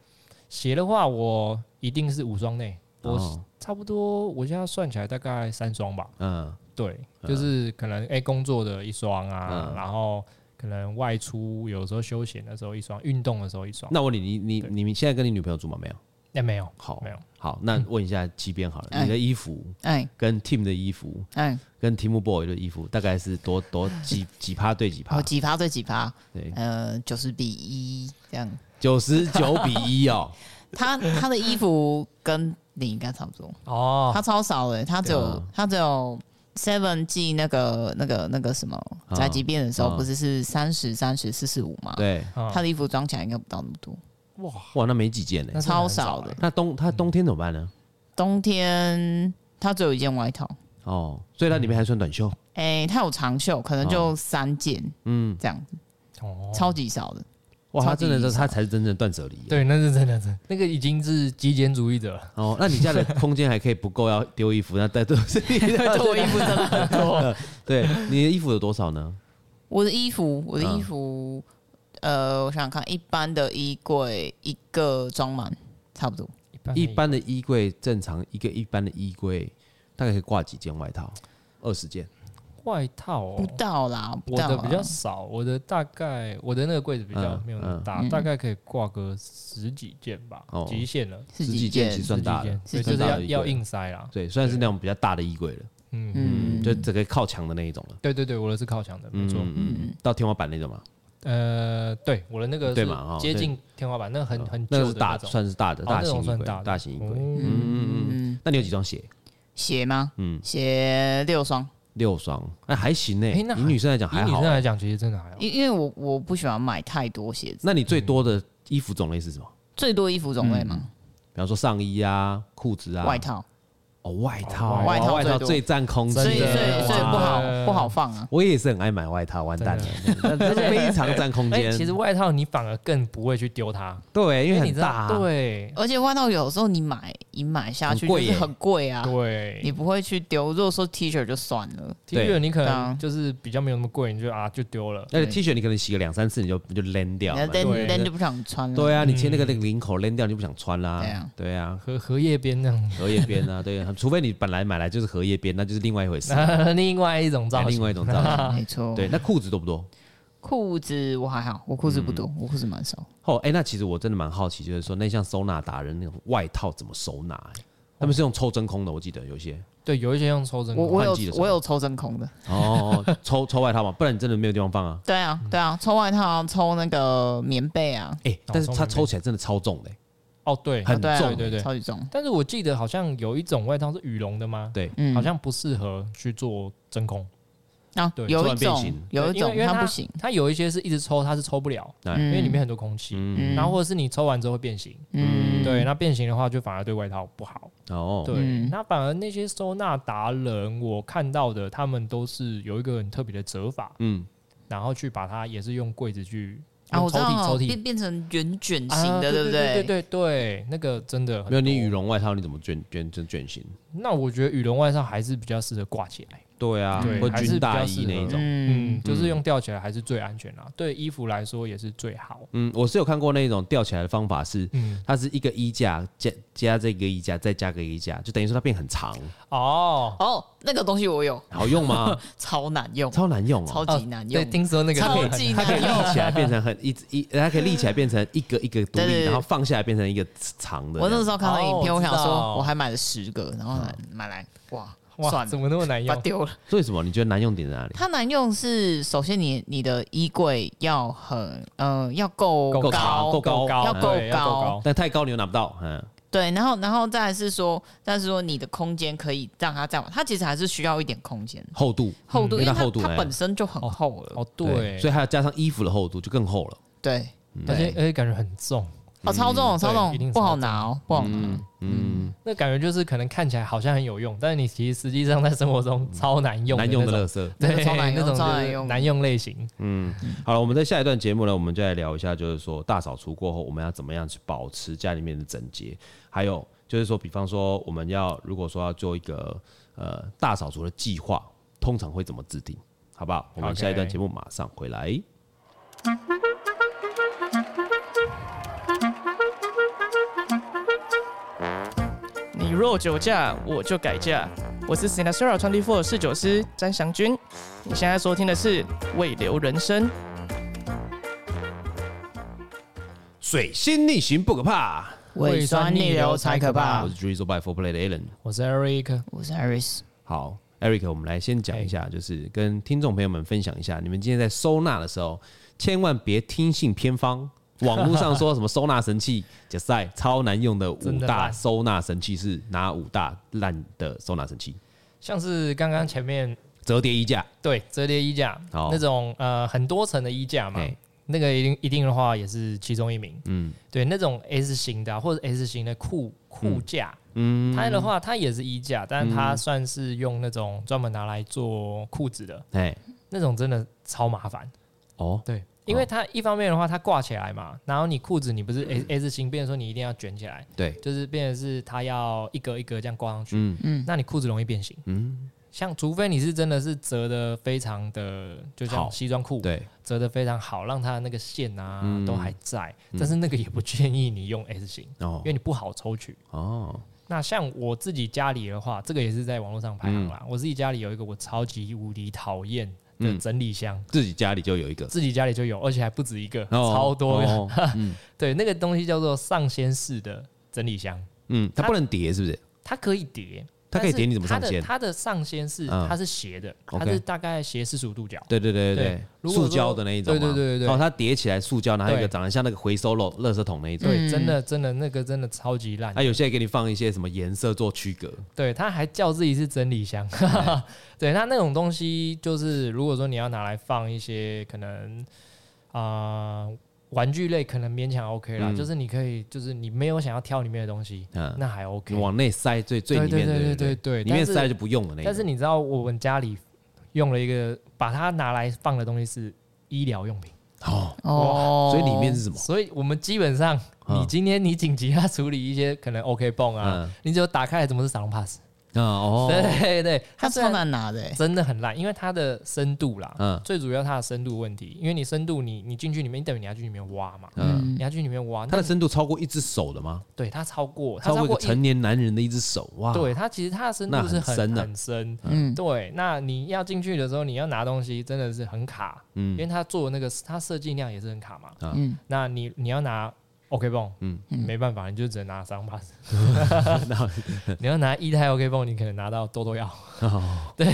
Speaker 2: 鞋的话，我一定是五双内，我
Speaker 1: 哦，
Speaker 2: 差不多我现在算起来大概三双吧。
Speaker 1: 嗯
Speaker 2: 对，就是可能哎、诶工作的一双啊，
Speaker 1: 嗯
Speaker 2: 然后可能外出有时候休闲的时候一双，运动的时候一双。
Speaker 1: 那我问你，你你你们现在跟你女朋友住吗？没有。
Speaker 2: 那、没有，
Speaker 1: 好
Speaker 2: 没有，嗯
Speaker 1: 好，那问一下七边好了，
Speaker 3: 哎
Speaker 1: 你的衣服
Speaker 3: 哎
Speaker 1: 跟 Team 的衣服
Speaker 3: 哎，
Speaker 1: 跟 Team Boy 的衣服大概是多多几几趴对几趴
Speaker 3: 我？几趴对几趴，
Speaker 1: 对，
Speaker 3: 呃，九十比一这样。
Speaker 1: 九十九比一哦。
Speaker 3: 他他的衣服跟你应该差不多，
Speaker 2: 哦，
Speaker 3: 他超少的，他只
Speaker 1: 对
Speaker 3: 有
Speaker 1: 啊
Speaker 3: 他只有 Seven 寄那个那个那个什么
Speaker 1: 啊
Speaker 3: 宅急便的时候，
Speaker 1: 啊
Speaker 3: 不是是三十三十四十五嘛？
Speaker 1: 对，
Speaker 2: 嗯
Speaker 3: 他的衣服装起来应该不到那么多，
Speaker 1: 哇，那没几件呢
Speaker 2: 那。真的
Speaker 3: 超
Speaker 2: 很
Speaker 3: 少
Speaker 2: 少欸
Speaker 3: 的。
Speaker 1: 那冬他冬天怎么办呢？
Speaker 3: 冬天他只有一件外套，
Speaker 1: 哦，所以它里面还穿短袖。
Speaker 3: 哎，他有长袖，可能就三件
Speaker 1: 嗯，
Speaker 3: 这样子，
Speaker 2: 啊哦，
Speaker 3: 超级少的。
Speaker 1: 哇，他
Speaker 3: 超级
Speaker 1: 真的是
Speaker 3: 少
Speaker 1: 他才是真正断舍离。，啊
Speaker 2: 对，那是真的，真的那个已经是极简主义者了。
Speaker 1: 哦，那你家的空间还可以不够要丢衣服，那带都 是你 的
Speaker 3: 我衣服真的很多，
Speaker 1: 对，你的衣服有多少呢？
Speaker 3: 我的衣服，我的
Speaker 1: 嗯
Speaker 3: 衣服，呃，我想想看，一般的衣柜一个装满差不多。
Speaker 2: 一般
Speaker 1: 一般的衣柜正常一个一般的衣柜大概可以挂几件外套？二十件。
Speaker 2: 外套、哦
Speaker 3: 不，到啦，不
Speaker 2: 我
Speaker 3: 到
Speaker 2: 的
Speaker 3: 啦
Speaker 2: 比较少，我的大概我的那个柜子比较
Speaker 1: 嗯
Speaker 2: 没有那么大，
Speaker 3: 嗯
Speaker 2: 大概可以挂个十几件吧
Speaker 1: 哦，
Speaker 2: 极限了，
Speaker 3: 十
Speaker 1: 十
Speaker 3: 几
Speaker 1: 几
Speaker 3: 件
Speaker 1: 件其实算
Speaker 2: 十
Speaker 1: 大
Speaker 2: 几
Speaker 1: 的
Speaker 2: 件，，对，
Speaker 1: 算
Speaker 2: 就是
Speaker 1: 大
Speaker 2: 要
Speaker 1: 的衣柜
Speaker 2: 要
Speaker 1: 了
Speaker 2: 硬塞啦。
Speaker 1: 对，算是那种比较大的衣柜了，
Speaker 2: 嗯，
Speaker 1: 嗯，
Speaker 3: 嗯，
Speaker 1: 就整个靠墙的那一种了，
Speaker 2: 对对对，我的是靠墙的，没错。
Speaker 1: 嗯，到天花板那种嘛，
Speaker 2: 呃，对，我的那个
Speaker 1: 对嘛哦
Speaker 2: 是接近天花板，那个很很旧
Speaker 1: 那
Speaker 2: 的
Speaker 1: 个是大
Speaker 2: 那种
Speaker 1: 算是大的
Speaker 2: 哦
Speaker 1: 大
Speaker 2: 那种
Speaker 1: 型衣
Speaker 2: 算
Speaker 1: 柜
Speaker 2: 大，的
Speaker 1: 大型衣柜。
Speaker 2: 哦
Speaker 1: 嗯，那你有几双鞋？
Speaker 3: 鞋吗？
Speaker 1: 嗯，
Speaker 3: 鞋六双，
Speaker 1: 六双，那还行呢。
Speaker 2: 诶那
Speaker 1: 以
Speaker 2: 还
Speaker 1: 女生来讲还
Speaker 2: 以女
Speaker 1: 好啊
Speaker 2: 生。来讲，其实真的还好。
Speaker 3: 因因为我我不喜欢买太多鞋子，
Speaker 1: 那你最多的衣服种类是什么？
Speaker 3: 最多衣服种类嘛，
Speaker 1: 比方说上衣啊、裤子啊、
Speaker 3: 外套，
Speaker 1: 哦，外套，
Speaker 2: 哦
Speaker 3: 外套
Speaker 1: 外
Speaker 3: 最
Speaker 1: 套
Speaker 3: 多
Speaker 1: 最占空间，
Speaker 3: 所以所
Speaker 2: 真的
Speaker 3: 以
Speaker 2: 哇
Speaker 3: 所以不好
Speaker 2: 真的
Speaker 3: 不好放啊。
Speaker 1: 我也是很爱买外套，完蛋了， 那真的非常占空
Speaker 2: 哎，
Speaker 1: 间。
Speaker 2: 其实外套你反而更不会去丢它，哎
Speaker 1: 对，因为
Speaker 2: 你
Speaker 1: 很
Speaker 2: 知
Speaker 1: 大
Speaker 2: 道，
Speaker 1: 啊，
Speaker 2: 对
Speaker 3: 而且外套有时候你买你买下去
Speaker 1: 很
Speaker 3: 就
Speaker 1: 贵
Speaker 3: 是
Speaker 1: 耶
Speaker 3: 很贵啊，你
Speaker 2: 对。
Speaker 3: 不会去丢。如果说 T 恤就算了，
Speaker 2: T 恤你可
Speaker 3: 对啊
Speaker 2: 能就是比较没有那么贵，你就啊就丢了。
Speaker 1: 而且 T 恤你可能洗个两三次你就你就扔掉
Speaker 3: 那
Speaker 1: 嘛，
Speaker 3: then
Speaker 2: 对
Speaker 3: then 就不想穿了。
Speaker 1: 啊对啊，你贴那个
Speaker 2: 嗯
Speaker 1: 那个领口扔掉你就不想穿啦
Speaker 3: 对啊，
Speaker 1: 对啊，
Speaker 2: 荷荷叶边那种，
Speaker 1: 荷叶边啊， 对，除非你本来买来就是荷叶边，那就是另外一回 事，
Speaker 2: 啊
Speaker 1: 哎
Speaker 2: 另外一种造
Speaker 1: 另
Speaker 2: 型。
Speaker 1: 外一种造型。
Speaker 3: 没 错。
Speaker 1: 对，那裤子多不多？
Speaker 3: 裤子我还好，我裤子不
Speaker 2: 嗯
Speaker 3: 多，我裤子蛮少。
Speaker 1: 哦，哎，那其实我真的蛮好奇，就是说那像收纳达人那种外套怎么收纳？哎他们是用抽真空的，我记得有些
Speaker 2: 对，有一些用抽真
Speaker 3: 我
Speaker 2: 空，
Speaker 3: 我
Speaker 1: 换季的
Speaker 3: 有
Speaker 1: 时候
Speaker 3: 我有抽真空的，
Speaker 1: 哦，抽抽外套嘛，不然你真的没有地方放啊。
Speaker 3: 对啊对啊，抽外套啊抽那个棉被啊，
Speaker 1: 哎、但是它
Speaker 2: 哦抽
Speaker 1: 抽起来真的超重的、
Speaker 2: 哦对，
Speaker 1: 很
Speaker 3: 对啊
Speaker 1: 重
Speaker 2: 对对
Speaker 3: 超级重，
Speaker 2: 但是我记得好像有一种外套是羽绒的吗？
Speaker 1: 对，
Speaker 3: 嗯，
Speaker 2: 好像不适合去做真空，
Speaker 3: 啊
Speaker 2: 对
Speaker 3: 有
Speaker 1: 突
Speaker 3: 一
Speaker 1: 然变
Speaker 3: 种
Speaker 1: 形
Speaker 3: 有一
Speaker 2: 对因为
Speaker 3: 种
Speaker 2: 因为
Speaker 3: 它
Speaker 2: 它
Speaker 3: 不行，
Speaker 2: 它有一些是一直抽它是抽不了，因
Speaker 3: 嗯
Speaker 2: 为里面很多空气，
Speaker 1: 嗯，
Speaker 2: 哎然后或者是你抽完之后会变形，
Speaker 3: 嗯
Speaker 2: 对，那变形的话就反而对外套不好。
Speaker 1: 哦，
Speaker 2: 对，
Speaker 3: 嗯
Speaker 2: 那反而那些收纳达人，我看到的他们都是有一个很特别的折法，
Speaker 1: 嗯，
Speaker 2: 然后去把它也是用柜子去
Speaker 3: 啊
Speaker 2: 用
Speaker 3: 我知
Speaker 2: 抽
Speaker 3: 道
Speaker 2: 屉抽屉
Speaker 3: 变变成圆卷
Speaker 2: 啊
Speaker 3: 型的，
Speaker 2: 对
Speaker 3: 不
Speaker 2: 对？对对对，那个真的很
Speaker 1: 没有你羽。
Speaker 2: 多
Speaker 1: 绒外套你怎么卷卷成卷型？
Speaker 2: 那我觉得羽绒外套还是比较适合挂起来，
Speaker 1: 对啊
Speaker 2: 对
Speaker 1: 或
Speaker 2: 还是
Speaker 1: 军
Speaker 2: 比较
Speaker 1: 大
Speaker 2: 适
Speaker 1: 衣那
Speaker 2: 合
Speaker 1: 一种。
Speaker 3: 嗯
Speaker 2: 嗯，就是用吊起来还是最安全啦，对衣服来说也是最好。
Speaker 1: 嗯，我是有看过那种吊起来的方法是，
Speaker 2: 嗯，
Speaker 1: 它是一个衣架加加这个衣架，再加个衣架，就等于说它变很长，
Speaker 2: 哦，
Speaker 3: 哦，那个东西我有，
Speaker 1: 好用吗？
Speaker 3: 超难用，
Speaker 1: 超难用哦，
Speaker 3: 超级难用
Speaker 2: 对，，听说那个
Speaker 3: 超
Speaker 2: 很
Speaker 3: 级
Speaker 1: 它可以
Speaker 3: 难用。
Speaker 1: 立起来变成很一直一，它可以立起来变成一个一个独
Speaker 3: 对对
Speaker 1: 立，
Speaker 3: 对
Speaker 1: 然后放下来变成一个长的这样。
Speaker 3: 我那时候看到影片，
Speaker 2: 哦
Speaker 3: 我
Speaker 2: 我知
Speaker 3: 想
Speaker 2: 道啊
Speaker 3: 说我还买了十个，然后买买来，哇，
Speaker 2: 哇，
Speaker 3: 算了
Speaker 2: 怎，么那么难
Speaker 3: 把
Speaker 2: 用
Speaker 3: 它？丢了。
Speaker 1: 为什么你觉得难用点在哪里？
Speaker 3: 它难用是，首先你你的衣柜要很呃要够
Speaker 1: 够
Speaker 3: 高
Speaker 1: 长够高
Speaker 3: 要够
Speaker 2: 对要
Speaker 3: 高
Speaker 2: 够高。
Speaker 1: 但太高你又拿不到，嗯，
Speaker 3: 对，然后然后再来是说，再是说你的空间可以让它再往，它其实还是需要一点空间
Speaker 1: 厚度
Speaker 3: 厚度，
Speaker 1: 因为
Speaker 3: 因为
Speaker 1: 它嗯厚度哎
Speaker 3: 它
Speaker 1: 来
Speaker 3: 它
Speaker 1: 了
Speaker 3: 本身就很厚了，
Speaker 2: 哦，对，
Speaker 1: 所以还要加上衣服的厚度就更厚了。
Speaker 3: 对
Speaker 2: 而
Speaker 3: 对，
Speaker 2: 且而且感觉很重，
Speaker 3: 哦超重超
Speaker 2: 对一定
Speaker 3: 重，
Speaker 2: 是
Speaker 3: 不好
Speaker 2: 超重
Speaker 3: 拿哦，不好拿。
Speaker 1: 嗯嗯，
Speaker 2: 那感觉就是可能看起来好像很有用，但是你其实实际上在生活中超难用，
Speaker 1: 难用的垃，圾。
Speaker 3: 那个
Speaker 2: 对，
Speaker 3: 超难
Speaker 2: 那
Speaker 3: 用
Speaker 2: 种
Speaker 3: 超
Speaker 2: 就
Speaker 3: 难
Speaker 2: 是
Speaker 3: 用
Speaker 2: 难用类型。
Speaker 1: 好了，我们在下一段节目呢，我们就来聊一下，就是说大扫除过后，我们要怎么样去保持家里面的整洁，还有就是说，比方说我们要如果说要做一个呃大扫除的计划，通常会怎么制定，好不好？我们
Speaker 2: OK
Speaker 1: 下一段节目马上回来。
Speaker 4: 你若酒驾，我就改嫁。我是 Sinasura Twenty Four 侍酒师詹祥君，你现在收听的是《未留人生》。
Speaker 1: 水星逆行不可怕，
Speaker 3: 胃酸逆流才可怕
Speaker 1: 我。是 Drizzle by Four Play 的 Alan。
Speaker 2: 我是 Eric，
Speaker 3: 我是 Iris，
Speaker 1: 好，Eric，我们来先讲一下，
Speaker 2: 哎
Speaker 1: 就是跟听众朋友们分享一下，你们今天在收纳的时候，千万别听信偏方。网络上说什么收纳神器，解赛超难用的五
Speaker 2: 真的
Speaker 1: 大
Speaker 2: 烂
Speaker 1: 收纳神器是哪五大烂的收纳神器？
Speaker 2: 像是刚刚前面
Speaker 1: 折叠衣架，
Speaker 2: 对折叠衣架
Speaker 1: 好
Speaker 2: 那种呃很多层的衣架嘛
Speaker 1: 哎，
Speaker 2: 那个一定一定的话也是其中一名。嗯，对，那种 S 型的啊、或者 S 型的裤裤架，嗯，它的话它也是衣架，但是它算是用那种专门拿来做裤子的
Speaker 1: 哎，
Speaker 2: 那种，真的超麻烦。
Speaker 1: 哦，
Speaker 2: 对，因为它一方面的话，它挂起来嘛，然后你裤子你不是 S S 型，变成说你一定要卷起来，
Speaker 1: 对，
Speaker 2: 就是变成是它要一格一格这样挂上去，
Speaker 1: 嗯
Speaker 3: 嗯
Speaker 2: 那你裤子容易变形。
Speaker 1: 嗯，
Speaker 2: 像除非你是真的是折的非常的，就像
Speaker 1: 好
Speaker 2: 西装裤
Speaker 1: 对，
Speaker 2: 折的非常好，让它的那个线啊、
Speaker 1: 嗯
Speaker 2: 都还在，但是那个也不建议你用 S 型，
Speaker 1: 哦
Speaker 2: 因为你不好抽取。
Speaker 1: 哦，
Speaker 2: 那像我自己家里的话，这个也是在网络上排行啦。我自己家里有一个我超级无敌讨厌的
Speaker 1: 嗯
Speaker 2: 整理箱，
Speaker 1: 自己家里就有一个，
Speaker 2: 自己家里就有，而且还不止一个，
Speaker 1: 哦
Speaker 2: 超多个。
Speaker 1: 哦嗯
Speaker 2: 对，那个东西叫做上仙式的整理箱，
Speaker 1: 嗯，它
Speaker 2: 它
Speaker 1: 不能叠，是不是？
Speaker 2: 它可以叠，
Speaker 1: 它可以叠你怎么上
Speaker 2: 但是
Speaker 1: 线
Speaker 2: 它的它的上仙是
Speaker 1: 嗯
Speaker 2: 它是斜的，它
Speaker 1: OK
Speaker 2: 是大概斜四十五度角。
Speaker 1: 对对对对
Speaker 2: 对
Speaker 1: 对，
Speaker 2: 如果
Speaker 1: 塑
Speaker 2: 说
Speaker 1: 胶的那一种嘛，
Speaker 2: 对对对对对
Speaker 1: 哦，它叠起来塑胶，然后还有一个
Speaker 2: 对
Speaker 1: 长得像那个回收漏垃圾桶那一种。
Speaker 2: 对，真的真的那个真的超级烂
Speaker 1: 它。有些给你放一些什么颜色做区隔，
Speaker 2: 对，他还叫自己是整理箱。
Speaker 1: 哎
Speaker 2: 对，那那种东西就是，如果说你要拿来放一些可能啊、呃玩具类，可能勉强 OK 啦，
Speaker 1: 嗯
Speaker 2: 就是你可以，就是你没有想要挑里面的东西，
Speaker 1: 嗯，
Speaker 2: 那还 OK
Speaker 1: 你。往内塞最最
Speaker 2: 对
Speaker 1: 里面的，
Speaker 2: 对对
Speaker 1: 不
Speaker 2: 对对，
Speaker 1: 里面
Speaker 2: 但是
Speaker 1: 塞就不用了那一种。
Speaker 2: 但是你知道我们家里用了一个，把它拿来放的东西是医疗用品，
Speaker 1: 哦，
Speaker 3: 哦
Speaker 1: 所以里面是什么？
Speaker 2: 所以我们基本上，
Speaker 1: 嗯
Speaker 2: 你今天你紧急要处理一些可能 OK 泵啊，
Speaker 1: 嗯
Speaker 2: 你只有打开来怎么是sarong pass，
Speaker 1: 啊哦，
Speaker 2: 对对对，
Speaker 3: 它
Speaker 2: 虽
Speaker 3: 超
Speaker 2: 然
Speaker 3: 难拿的欸，
Speaker 2: 真的很烂，因为它的深度啦，
Speaker 1: 嗯
Speaker 2: 最主要它的深度问题，因为你深度你你进去里面，你等于你要去里面挖嘛，
Speaker 1: 嗯，
Speaker 2: 你要去里面挖，
Speaker 1: 它的
Speaker 2: 那
Speaker 1: 深度超过一只手的吗？
Speaker 2: 对它超过它
Speaker 1: 超
Speaker 2: 超
Speaker 1: 过一
Speaker 2: 过
Speaker 1: 个
Speaker 2: 一
Speaker 1: 成年男人的一只手哇！
Speaker 2: 对它其实它的深
Speaker 1: 那
Speaker 2: 度是
Speaker 1: 很
Speaker 2: 很
Speaker 1: 深啊
Speaker 2: 很深，
Speaker 3: 嗯，
Speaker 2: 对，那你要进去的时候，你要拿东西真的是很卡，因
Speaker 1: 嗯
Speaker 2: 为它做的那个它设计量也是很卡嘛。
Speaker 1: 啊
Speaker 3: 嗯
Speaker 2: 那你你要拿 OK 泵，
Speaker 1: 嗯
Speaker 2: 嗯，没办法，你就只能拿三 pass。你 要拿一台 OK 泵，你可能拿到多多药。
Speaker 1: 哦
Speaker 2: 对，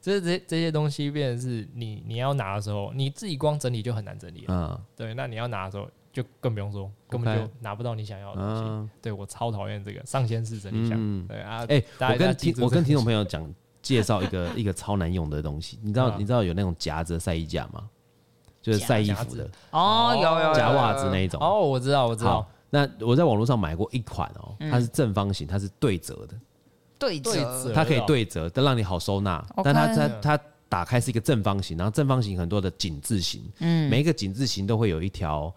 Speaker 2: 这这这些东西变成是你你要拿的时候，你自己光整理就很难整理了。
Speaker 1: 嗯
Speaker 2: 对，那你要拿的时候就更不用说，根本
Speaker 1: OK
Speaker 2: 就拿不到你想要的东西。
Speaker 1: 嗯，
Speaker 2: 对我超讨厌这个上线式整理箱。
Speaker 1: 嗯
Speaker 2: 对啊，
Speaker 1: 哎、
Speaker 2: 大
Speaker 1: 我
Speaker 2: 家大家
Speaker 1: 跟
Speaker 2: 记
Speaker 1: 听
Speaker 2: 住
Speaker 1: 我跟
Speaker 2: 这
Speaker 1: 听众朋友讲，介绍一个 一个超难用的东西，你知道、
Speaker 2: 啊
Speaker 1: 你知道有那种夹子的晒衣架吗？就是
Speaker 3: 夹
Speaker 1: 晒衣
Speaker 2: 夹
Speaker 1: 服
Speaker 2: 子
Speaker 1: 的
Speaker 3: 哦，有有有
Speaker 1: 夹
Speaker 3: 有
Speaker 1: 袜子那一种。
Speaker 2: 哦，我知道，我知道
Speaker 1: 好，，那我在网络上买过一款哦，它是正方形，它是对折的，
Speaker 3: 对
Speaker 2: 对
Speaker 3: 折
Speaker 2: 折，
Speaker 1: 它可以对折，但让你好收纳。
Speaker 3: OK
Speaker 1: 但它它它打开是一个正方形，然后正方形很多的井字形，
Speaker 3: 嗯，
Speaker 1: 每一个井字形都会有一条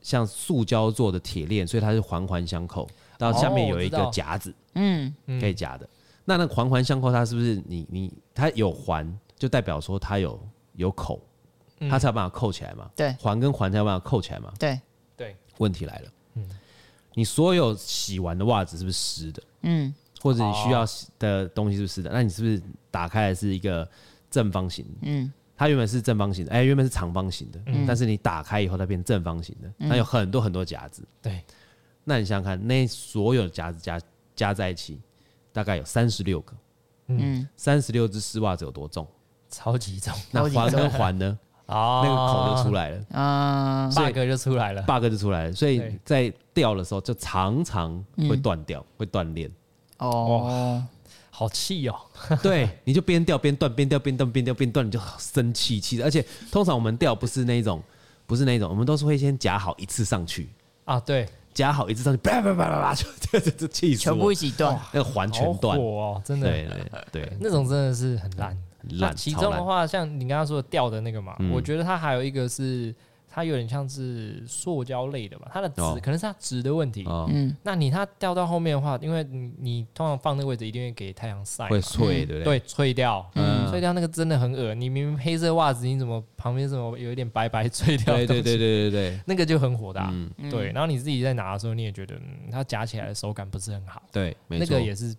Speaker 1: 像塑胶做的铁链，所以它是环环相扣，然后下面
Speaker 2: 哦
Speaker 1: 有一
Speaker 2: 我知
Speaker 1: 个
Speaker 2: 道
Speaker 1: 夹子
Speaker 3: 嗯
Speaker 2: 嗯
Speaker 1: 可以夹的。那那个环环相扣，它是不是你你它有环，就代表说它有有口，
Speaker 2: 嗯
Speaker 1: 它才有办法扣起来嘛？
Speaker 3: 对
Speaker 1: 环跟环才有办法扣起来嘛？
Speaker 3: 对，
Speaker 2: 对，
Speaker 1: 问题来了，
Speaker 2: 嗯
Speaker 1: 你所有洗完的袜子是不是湿的，
Speaker 3: 嗯
Speaker 1: 或者你需要洗的东西是不是湿的？那你是不是打开来是一个正方形？
Speaker 3: 嗯
Speaker 1: 它原本是正方形的，哎、原本是长方形的，但是你打开以后它变正方形的，
Speaker 3: 嗯
Speaker 1: 那有很多很多夹子。
Speaker 2: 对，
Speaker 1: 那你想想看，那所有的夹子加加在一起，大概有三十六个，
Speaker 3: 嗯，
Speaker 1: 三十六只丝袜子有多重？
Speaker 2: 超级重
Speaker 1: 那
Speaker 3: 超级
Speaker 1: 环跟
Speaker 3: 重
Speaker 1: 环 呢？
Speaker 2: 啊
Speaker 1: 那个口就出来了
Speaker 3: 啊，
Speaker 1: 所以
Speaker 2: bug 就出来了。
Speaker 1: ，bug 就出来了，所以
Speaker 2: 对
Speaker 1: 在掉的时候就常常
Speaker 3: 嗯
Speaker 1: 会断掉，会断裂。
Speaker 3: 哦，
Speaker 2: 好气哦！
Speaker 1: 对，你就边掉边断，边掉边断，边掉边断，你就生气气的。而且通常我们掉不是那一种，不是那一种，我们都是会先夹好一次上去，
Speaker 2: 啊，对，
Speaker 1: 夹好一次上去，叭叭叭叭叭， 就这这这气死
Speaker 3: 全部
Speaker 1: 我
Speaker 3: 一！起断，
Speaker 1: 那个环全
Speaker 2: 好火
Speaker 1: 断，
Speaker 2: 哦，真的，
Speaker 1: 对对对，
Speaker 2: 那种真的是很烂。
Speaker 1: 很
Speaker 2: 那
Speaker 1: 烂，
Speaker 2: 其
Speaker 1: 超
Speaker 2: 中的
Speaker 1: 烂
Speaker 2: 话，像你刚刚说的掉的那个嘛，
Speaker 1: 嗯
Speaker 2: 我觉得它还有一个是它有点像是塑胶类的吧，它的值
Speaker 1: 哦
Speaker 2: 可能是它值的问题。
Speaker 1: 哦，
Speaker 3: 嗯
Speaker 2: 那你它掉到后面的话，因为你你通常放那个位置一定会给太阳晒嘛，
Speaker 1: 会脆，对不对？
Speaker 2: 对，脆掉，
Speaker 1: 嗯
Speaker 2: 脆掉那个真的很恶。你明明黑色袜子，你怎么旁边怎么有一点白白脆掉的
Speaker 1: 对
Speaker 2: 东
Speaker 1: 对
Speaker 2: 西？
Speaker 1: 对对对对
Speaker 2: 那个就很火大。
Speaker 1: 嗯，
Speaker 3: 嗯
Speaker 2: 对，然后你自己在拿的时候，你也觉得、嗯、它夹起来的手感不是很好，
Speaker 1: 对，没
Speaker 2: 那
Speaker 1: 错
Speaker 2: 个，也是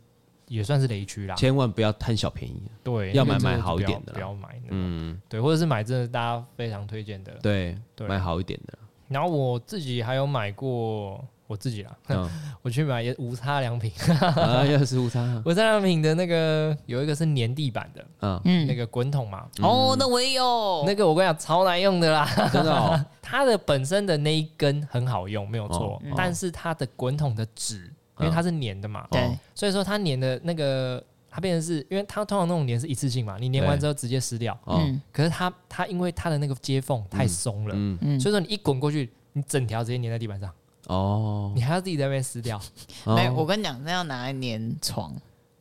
Speaker 2: 也算是雷区啦。
Speaker 1: 千万不要贪小便宜，啊
Speaker 2: 对，
Speaker 1: 要
Speaker 2: 那个
Speaker 1: 买买
Speaker 2: 真就
Speaker 1: 好
Speaker 2: 不
Speaker 1: 一
Speaker 2: 要
Speaker 1: 点的啦
Speaker 2: 不要买。嗯，
Speaker 1: 嗯，
Speaker 2: 对，或者是买真的大家非常推荐的。
Speaker 1: 对，
Speaker 2: 对
Speaker 1: 买好一点的，
Speaker 2: 然后我自己还有买过我自己啦，
Speaker 1: 嗯，
Speaker 2: 我去买也无差良品，
Speaker 1: 啊，要是无差，
Speaker 2: 无差良品的那个有一个是粘地板的、
Speaker 1: 嗯，
Speaker 2: 那
Speaker 3: 嗯，
Speaker 2: 个滚筒嘛，
Speaker 3: 哦，那我也有，
Speaker 2: 那个我跟你讲超难用的啦。
Speaker 1: 真的哦，
Speaker 2: 它的本身的那一根很好用，没有错，
Speaker 1: 哦嗯嗯
Speaker 2: 但是它的滚筒的纸，因为它是粘的嘛，
Speaker 3: 对
Speaker 2: 所以说它粘的那个，它变成是因为它通常那种粘是一次性嘛，你粘完
Speaker 1: 对
Speaker 2: 之后直接撕掉，
Speaker 1: 哦，
Speaker 3: 嗯
Speaker 2: 可是它它因为它的那个接缝太松了，
Speaker 1: 嗯，
Speaker 3: 嗯，
Speaker 2: 所以说你一滚过去，你整条直接粘在地板上，
Speaker 1: 哦，
Speaker 2: 你还要自己在那边 撕掉，
Speaker 1: 哦
Speaker 3: 没有，我跟你讲，那要拿来粘床、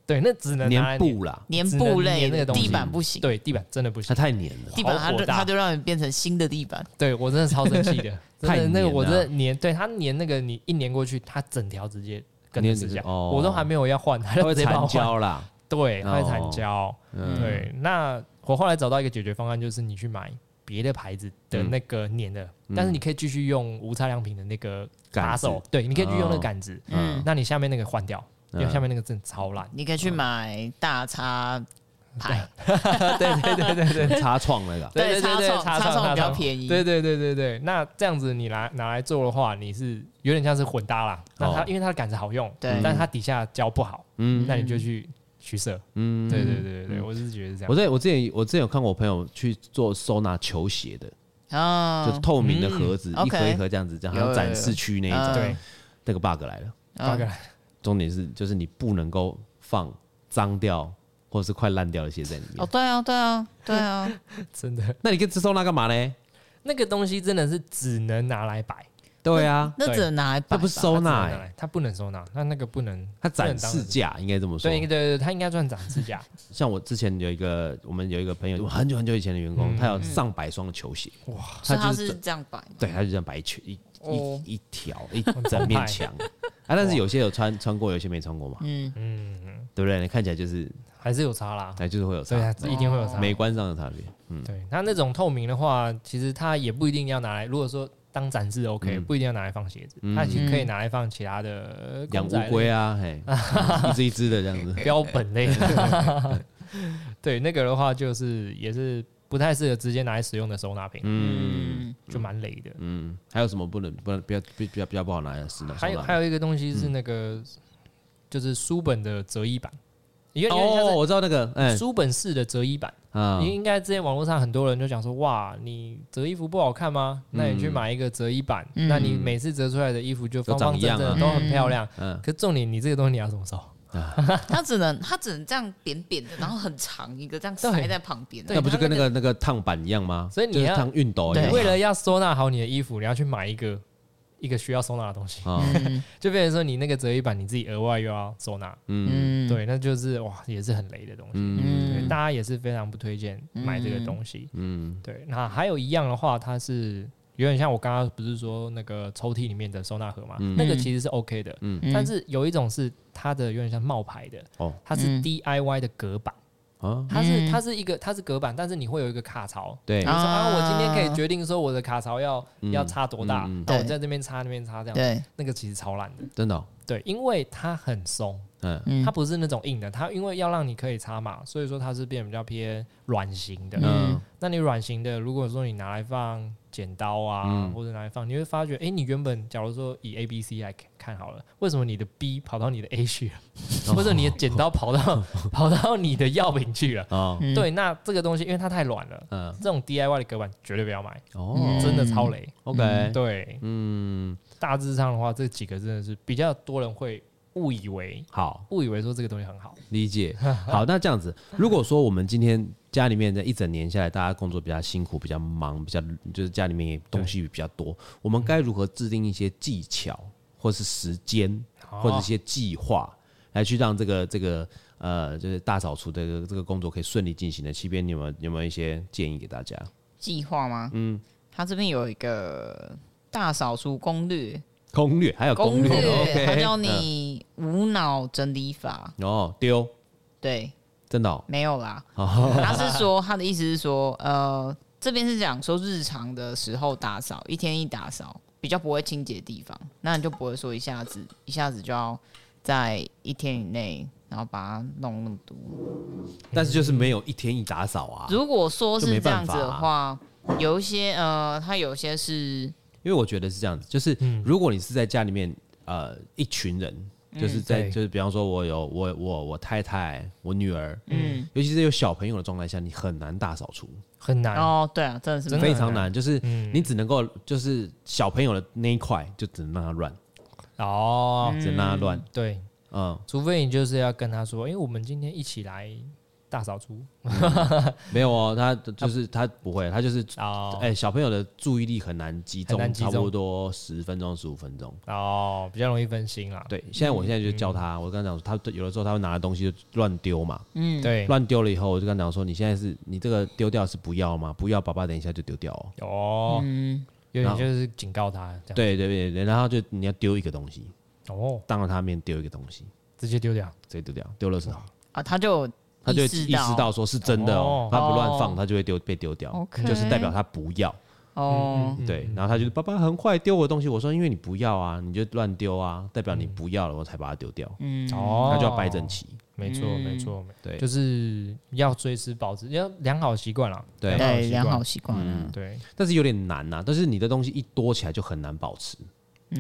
Speaker 2: 对，那只能拿来
Speaker 1: 哦粘布啦，
Speaker 3: 粘
Speaker 2: 只能
Speaker 3: 布类
Speaker 2: 粘那
Speaker 3: 的，
Speaker 2: 个东西
Speaker 3: 地板不行，
Speaker 2: 对，地板真的不
Speaker 1: 它
Speaker 2: 行，
Speaker 1: 太黏了。
Speaker 3: 地板它
Speaker 2: 好
Speaker 3: 就
Speaker 2: 火大
Speaker 3: 它就让你变成新的地板，
Speaker 2: 对我真的超生气的，真
Speaker 1: 太
Speaker 2: 的那
Speaker 1: 粘了
Speaker 2: 个我真的粘，对它粘那个你一粘过去，它整条直接跟着
Speaker 1: 粘
Speaker 2: 撕
Speaker 1: 着
Speaker 2: 下，
Speaker 1: 哦
Speaker 2: 我都还没有要换，它
Speaker 1: 它
Speaker 2: 就
Speaker 1: 会
Speaker 2: 直接把我
Speaker 1: 残
Speaker 2: 换
Speaker 1: 胶啦，
Speaker 2: 对，它会
Speaker 1: 哦
Speaker 2: 残胶。
Speaker 1: 嗯，
Speaker 2: 对，那我后来找到一个解决方案，就是你去买别的牌子的那个粘的，但是你可以继续用无差良品的那个把
Speaker 1: 嗯
Speaker 2: 手
Speaker 1: 杆，
Speaker 2: 对，你可以继续用那个杆子。
Speaker 1: 嗯
Speaker 3: 嗯，。
Speaker 2: 那你下面那个换掉，因为
Speaker 1: 嗯
Speaker 2: 下面那个真的超烂
Speaker 3: 你可以去买大叉牌，
Speaker 2: 对对对对对。
Speaker 1: 擦创那个，
Speaker 2: 对对
Speaker 3: 插
Speaker 2: 对对，
Speaker 3: 创插创
Speaker 2: 创
Speaker 3: 比较便宜
Speaker 2: 对对对对对，那这样子你拿拿来做的话，你是有点像是混搭啦。那它
Speaker 1: 哦
Speaker 2: 因为它的杆子好用，
Speaker 3: 对
Speaker 2: 但是它底下胶不好，
Speaker 1: 嗯
Speaker 2: 那你就去取舍。
Speaker 1: 嗯，
Speaker 2: 对对对对对，我是觉得是这
Speaker 1: 我
Speaker 2: 样。
Speaker 1: 在我之前我之前有看过我朋友去做收纳球鞋的，就是
Speaker 3: 啊，
Speaker 1: 透明的盒子，
Speaker 3: 嗯
Speaker 1: 一盒
Speaker 3: OK
Speaker 1: 一盒这样子，这样还
Speaker 3: 有
Speaker 1: 有
Speaker 3: 有
Speaker 1: 展
Speaker 3: 有
Speaker 1: 示区那一种，
Speaker 3: 嗯
Speaker 2: 对，
Speaker 1: 那个 bug 来了。
Speaker 2: 大概
Speaker 1: 重点是就是你不能够放脏掉或者是快烂掉的鞋在里
Speaker 3: 哦，
Speaker 1: 面。
Speaker 3: 对啊，对啊，对 啊，
Speaker 2: 真的
Speaker 1: 那你跟收纳干嘛呢？
Speaker 2: 那个东西真的是只能拿来摆，
Speaker 1: 对啊，
Speaker 3: 那只能拿来摆吧，
Speaker 1: 那不是收
Speaker 2: 它只能
Speaker 1: 纳
Speaker 2: 拿
Speaker 1: 欸，
Speaker 2: 来，它不能收纳，那那个不能，
Speaker 1: 它
Speaker 2: 不
Speaker 1: 展
Speaker 2: 能当
Speaker 1: 示
Speaker 2: 成。
Speaker 1: 架应该这么说。
Speaker 2: 对对对，它应该算展示架。
Speaker 1: 像我之前有一个，我们有一个朋友，我很久很久以前的员工，
Speaker 2: 嗯
Speaker 1: 他有上百双的球鞋，
Speaker 3: 所以
Speaker 1: 它
Speaker 3: 它
Speaker 1: 就是
Speaker 3: 是这样摆，
Speaker 1: 对，他就这样摆球一
Speaker 3: 哦
Speaker 1: 一一条 一整面墙啊，但是有些有穿穿过，有些没穿过嘛，
Speaker 3: 嗯，
Speaker 2: 嗯，
Speaker 1: 对不对？你看起来就是
Speaker 2: 还是有差啦，
Speaker 1: 哎，就是会有
Speaker 2: 对啊
Speaker 1: 差，，
Speaker 2: 一定会有差。
Speaker 1: 美观上的差别。嗯，
Speaker 2: 对，那那种透明的话，其实它也不一定要拿来，如果说当展示 OK，、
Speaker 1: 嗯
Speaker 2: 不一定要拿来放鞋子，
Speaker 1: 嗯
Speaker 2: 它其实可以拿来放其他的呃
Speaker 1: 养
Speaker 2: 公仔
Speaker 1: 乌龟啊，嘿，一只一只的这 样子
Speaker 2: 类、。标本类 的。对，那个的话就是也是不太适合直接拿来使用的收纳品。
Speaker 1: 嗯，
Speaker 3: 嗯，
Speaker 2: 就蛮累的。
Speaker 1: 嗯，还有什么不能不能比较比比较比较不好拿的是哪？
Speaker 2: 还有还
Speaker 1: 有
Speaker 2: 有一个东西
Speaker 1: 嗯
Speaker 2: 是那个，就是书本的折衣板，因为因为
Speaker 1: 哦，
Speaker 2: 它
Speaker 1: 我知道那个，哎
Speaker 2: 是书本式的折衣板。
Speaker 1: 啊
Speaker 2: 你，应该之前网络上很多人就讲说，哇，你折衣服不好看吗？那你去买一个折衣板，
Speaker 3: 嗯
Speaker 2: 那你每次折出来的衣服就方方正正
Speaker 1: 都长一样
Speaker 2: 的，
Speaker 1: 啊
Speaker 2: 都很漂亮。
Speaker 1: 嗯，
Speaker 2: 可重点，你这个东西你要怎么收？
Speaker 3: 它只能它只能这样扁扁的，然后很长一个这样塞在旁边。
Speaker 1: 那不就跟那个那个烫板一样吗？
Speaker 2: 所以你
Speaker 1: 就是
Speaker 2: 要
Speaker 1: 烫熨斗一
Speaker 3: 对
Speaker 1: 样嘛，
Speaker 2: 你为了要收纳好你的衣服，你要去买一个一个需要收纳的东西，
Speaker 1: 啊，
Speaker 3: 嗯
Speaker 2: 就变成说你那个折衣板你自己额外又要收纳，
Speaker 1: 嗯
Speaker 3: 嗯，
Speaker 2: 对，那就是哇，也是很累的东西。
Speaker 1: 嗯
Speaker 2: 对，大家也是非常不推荐买这个东西。
Speaker 1: 嗯
Speaker 2: 对，那还有一样的话，它是有点像我刚刚不是说那个抽屉里面的收纳盒嘛，
Speaker 1: 嗯
Speaker 2: 那个其实是 OK 的，
Speaker 1: 嗯
Speaker 3: 嗯
Speaker 2: 但是有一种是它的有点像冒牌的，
Speaker 1: 哦
Speaker 2: 它是
Speaker 3: 嗯
Speaker 2: DIY 的隔板，
Speaker 1: 啊，
Speaker 2: 它是
Speaker 3: 嗯
Speaker 2: 它是一个它是隔板，但是你会有一个卡槽。
Speaker 1: 对
Speaker 2: 比如，说啊，
Speaker 3: 啊
Speaker 2: 我今天可以决定说我的卡槽要
Speaker 1: 嗯
Speaker 2: 要插多大，
Speaker 1: 嗯嗯
Speaker 2: 那我
Speaker 3: 对
Speaker 2: 在这边插那边插这样，
Speaker 3: 对，
Speaker 2: 那个其实超烂的，
Speaker 1: 真的哦，
Speaker 2: 对，因为它很松，
Speaker 1: 嗯
Speaker 3: 嗯
Speaker 2: 它不是那种硬的，它因为要让你可以插嘛，所以说它是变得比较偏软型的。
Speaker 1: 嗯
Speaker 3: 嗯
Speaker 2: 那你软型的，如果说你拿来放剪刀啊，
Speaker 1: 嗯
Speaker 2: 或者拿来放，你会发觉，哎、你原本假如说以 A、B、C 来看好了，为什么你的 B 跑到你的 A 去
Speaker 1: 哦
Speaker 2: 了，或者你的剪刀跑到 跑到你的药品去了？
Speaker 1: 哦
Speaker 3: 嗯
Speaker 2: 对，那这个东西因为它太软了，
Speaker 1: 嗯
Speaker 2: 这种 DIY 的隔板绝对不要买，
Speaker 1: 哦
Speaker 2: 真的超雷。
Speaker 1: ，OK，
Speaker 2: 对，
Speaker 1: 嗯，
Speaker 2: 大致上的话，这几个真的是比较多人会误以为
Speaker 1: 好，
Speaker 2: 误以为说这个东西很好。
Speaker 1: 理 解。好，那这样子，如果说我们今天家里面在一整年下来，大家工作比较辛苦，比较忙，比较就是家里面也东西比较多，我们该如何制定一些技巧，或是时间，或者一些计划，来去让这个这个呃，就是大扫除的这个这个工作可以顺利进行的？西边你有没有有没有一些建议给大家？
Speaker 3: 计划吗？嗯，它这边有一个大扫除攻略，
Speaker 1: 攻略还有呃攻略，OK，
Speaker 3: 它叫
Speaker 1: 嗯
Speaker 3: 你无脑整理法。
Speaker 1: 哦丢，
Speaker 3: 对，
Speaker 1: 真的哦
Speaker 3: 没有啦，
Speaker 1: 哦
Speaker 3: 他是说他的意思是说，呃，这边是讲说日常的时候打扫，一天一打扫，比较不会清洁的地方，那你就不会说一下子一下子就要在一天以内，然后把它弄那么多。
Speaker 1: 但是就是没有一天一打扫啊，
Speaker 3: 如果说
Speaker 1: 就没
Speaker 3: 是这
Speaker 1: 办
Speaker 3: 样
Speaker 1: 法
Speaker 3: 子
Speaker 1: 啊
Speaker 3: 的话，有一些呃，它有一些是
Speaker 1: 因为我觉得是这样子，就是
Speaker 2: 嗯
Speaker 1: 如果你是在家里面呃一群人，就是在、
Speaker 2: 对
Speaker 1: 就是比方说我有我我我太太我女儿，
Speaker 3: 嗯，
Speaker 1: 尤其是有小朋友的状态下，你很难大扫除，
Speaker 2: 很难，
Speaker 3: 哦，对啊，真的是
Speaker 2: 真的
Speaker 1: 非
Speaker 3: 没
Speaker 1: 常
Speaker 2: 很
Speaker 1: 难，就是
Speaker 2: 嗯
Speaker 1: 你只能够就是小朋友的那一块就只能让他
Speaker 2: 嗯
Speaker 1: 乱，
Speaker 2: 哦，
Speaker 1: 只能让他乱，
Speaker 2: 对，
Speaker 1: 嗯，
Speaker 2: 除非你就是要跟他说，哎、我们今天一起来大扫除
Speaker 1: 没有哦，他就是他不会，他就是。
Speaker 2: 啊哦
Speaker 1: 哎、小朋友的注意力很难集
Speaker 2: 很
Speaker 1: 中，
Speaker 2: 难集
Speaker 1: 差
Speaker 2: 中
Speaker 1: 不多十分钟、十五分钟。
Speaker 2: 哦，比较容易分心啦。
Speaker 1: 对，现在我现
Speaker 2: 嗯
Speaker 1: 在就教他，我跟他讲说，他有的时候他会拿的东西就乱丢嘛，
Speaker 3: 嗯，
Speaker 2: 对，
Speaker 1: 乱丢了以后，我就跟他讲说，你现在是你这个丢掉是不要吗？不要，爸爸等一下就丢掉哦。
Speaker 2: 哦，
Speaker 3: 嗯，
Speaker 2: 有
Speaker 1: 然
Speaker 2: 点
Speaker 1: 后
Speaker 2: 就是警告他这样。，
Speaker 1: 对对对对，然后就你要丢一个东西，
Speaker 2: 哦，
Speaker 1: 当着他面丢一个东西，
Speaker 2: 直接丢掉。
Speaker 1: 直接丢掉，丢了之后，
Speaker 3: 啊，他就有
Speaker 1: 他就会
Speaker 3: 意识
Speaker 1: 意识到说是真的哦
Speaker 2: 哦，
Speaker 1: 他不乱放，
Speaker 3: 哦
Speaker 1: 他就会丢被丢掉，
Speaker 3: OK
Speaker 1: 就是代表他不要。
Speaker 3: 哦，
Speaker 2: 嗯
Speaker 1: 对，然后他就爸爸很快丢我的东西，我说因为你不要啊，你就乱丢啊，代表你不要了，我才把它丢掉，
Speaker 3: 嗯，
Speaker 2: 嗯哦，
Speaker 1: 他就要摆整。齐。
Speaker 2: 没错，
Speaker 3: 嗯
Speaker 2: 没错，没
Speaker 1: 对
Speaker 2: 就是要随时保持要良好习惯啦。
Speaker 1: 对
Speaker 3: 对，良
Speaker 2: 良
Speaker 3: 好
Speaker 2: 嗯好
Speaker 3: 习惯，
Speaker 2: 习惯。嗯对，
Speaker 1: 但是有点难啊呐，但是你的东西一多起来就很难保持，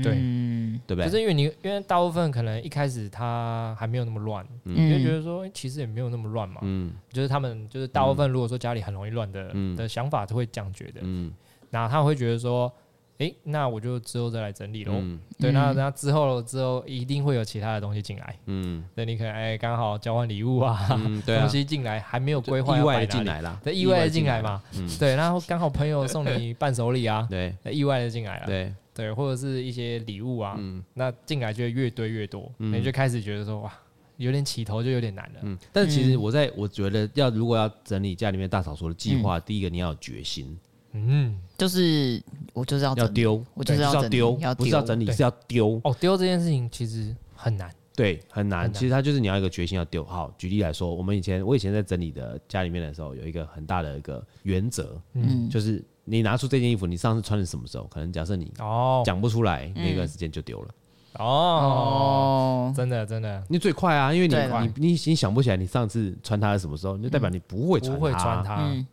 Speaker 2: 对
Speaker 3: 嗯
Speaker 1: 对不
Speaker 2: 就
Speaker 1: 对？
Speaker 2: 是因为你因为大部分可能一开始他还没有那么乱，你就觉得说诶哎其实也没有那么乱嘛。
Speaker 1: 嗯
Speaker 2: 就是他们就是大部分如果说家里很容易乱的
Speaker 1: 嗯
Speaker 2: 的想法都会这样觉得，
Speaker 1: 嗯
Speaker 2: 然后他会觉得说，诶，那我就之后再来整理喽。
Speaker 1: 嗯
Speaker 2: 对，
Speaker 3: 嗯
Speaker 2: 那那之后之后一定会有其他的东西进来，
Speaker 1: 嗯
Speaker 2: 对，你可能哎刚好交换礼物啊，
Speaker 1: 嗯，对啊
Speaker 2: 东，西进来还没有规划
Speaker 1: 意
Speaker 2: 要
Speaker 1: 外的
Speaker 2: 摆哪
Speaker 1: 进
Speaker 2: 里，
Speaker 1: 来啦，
Speaker 2: 对，意外的进来嘛，
Speaker 1: 嗯，
Speaker 2: 对，然后刚好朋友送你伴手礼啊
Speaker 1: 对
Speaker 2: 对啊意外的进来了，
Speaker 1: 对，
Speaker 2: 对，或者是一些礼物啊，
Speaker 1: 嗯
Speaker 2: 那进来就会越堆越多，你就开始觉得说哇，有点起头就有点难了，
Speaker 1: 嗯。但是其实我在我觉得要如果要整理家里面大扫除的计划，第一个你要有决心，
Speaker 2: 嗯，
Speaker 3: 就是我就是要
Speaker 1: 要
Speaker 3: 整理，
Speaker 1: 丢，
Speaker 3: 我就是
Speaker 1: 对
Speaker 3: 要
Speaker 1: 是要
Speaker 3: 整
Speaker 1: 丢
Speaker 3: 理要，
Speaker 1: 不是要
Speaker 3: 丢
Speaker 1: 整理，
Speaker 2: 对
Speaker 1: 是要丢。
Speaker 2: 哦，丢这件事情其实很难，
Speaker 1: 对，很难。
Speaker 2: 很难
Speaker 1: 其实它就是你要有一个决心要丢。好，举例来说，我们以前我以前在整理的家里面的时候，有一个很大的一个原则，
Speaker 3: 嗯，
Speaker 1: 就是你拿出这件衣服，你上次穿的是什么时候？可能假设你
Speaker 2: 哦
Speaker 1: 讲不出来
Speaker 3: 嗯
Speaker 1: 那段时间就丢了，
Speaker 2: 哦，
Speaker 3: 哦，
Speaker 2: 真的真的
Speaker 1: 你最快啊，因为你
Speaker 3: 对
Speaker 1: 你你你想不起来你上次穿它是什么时候，就代表你不会穿
Speaker 2: 不会穿
Speaker 1: 它。
Speaker 2: 它，
Speaker 3: 嗯，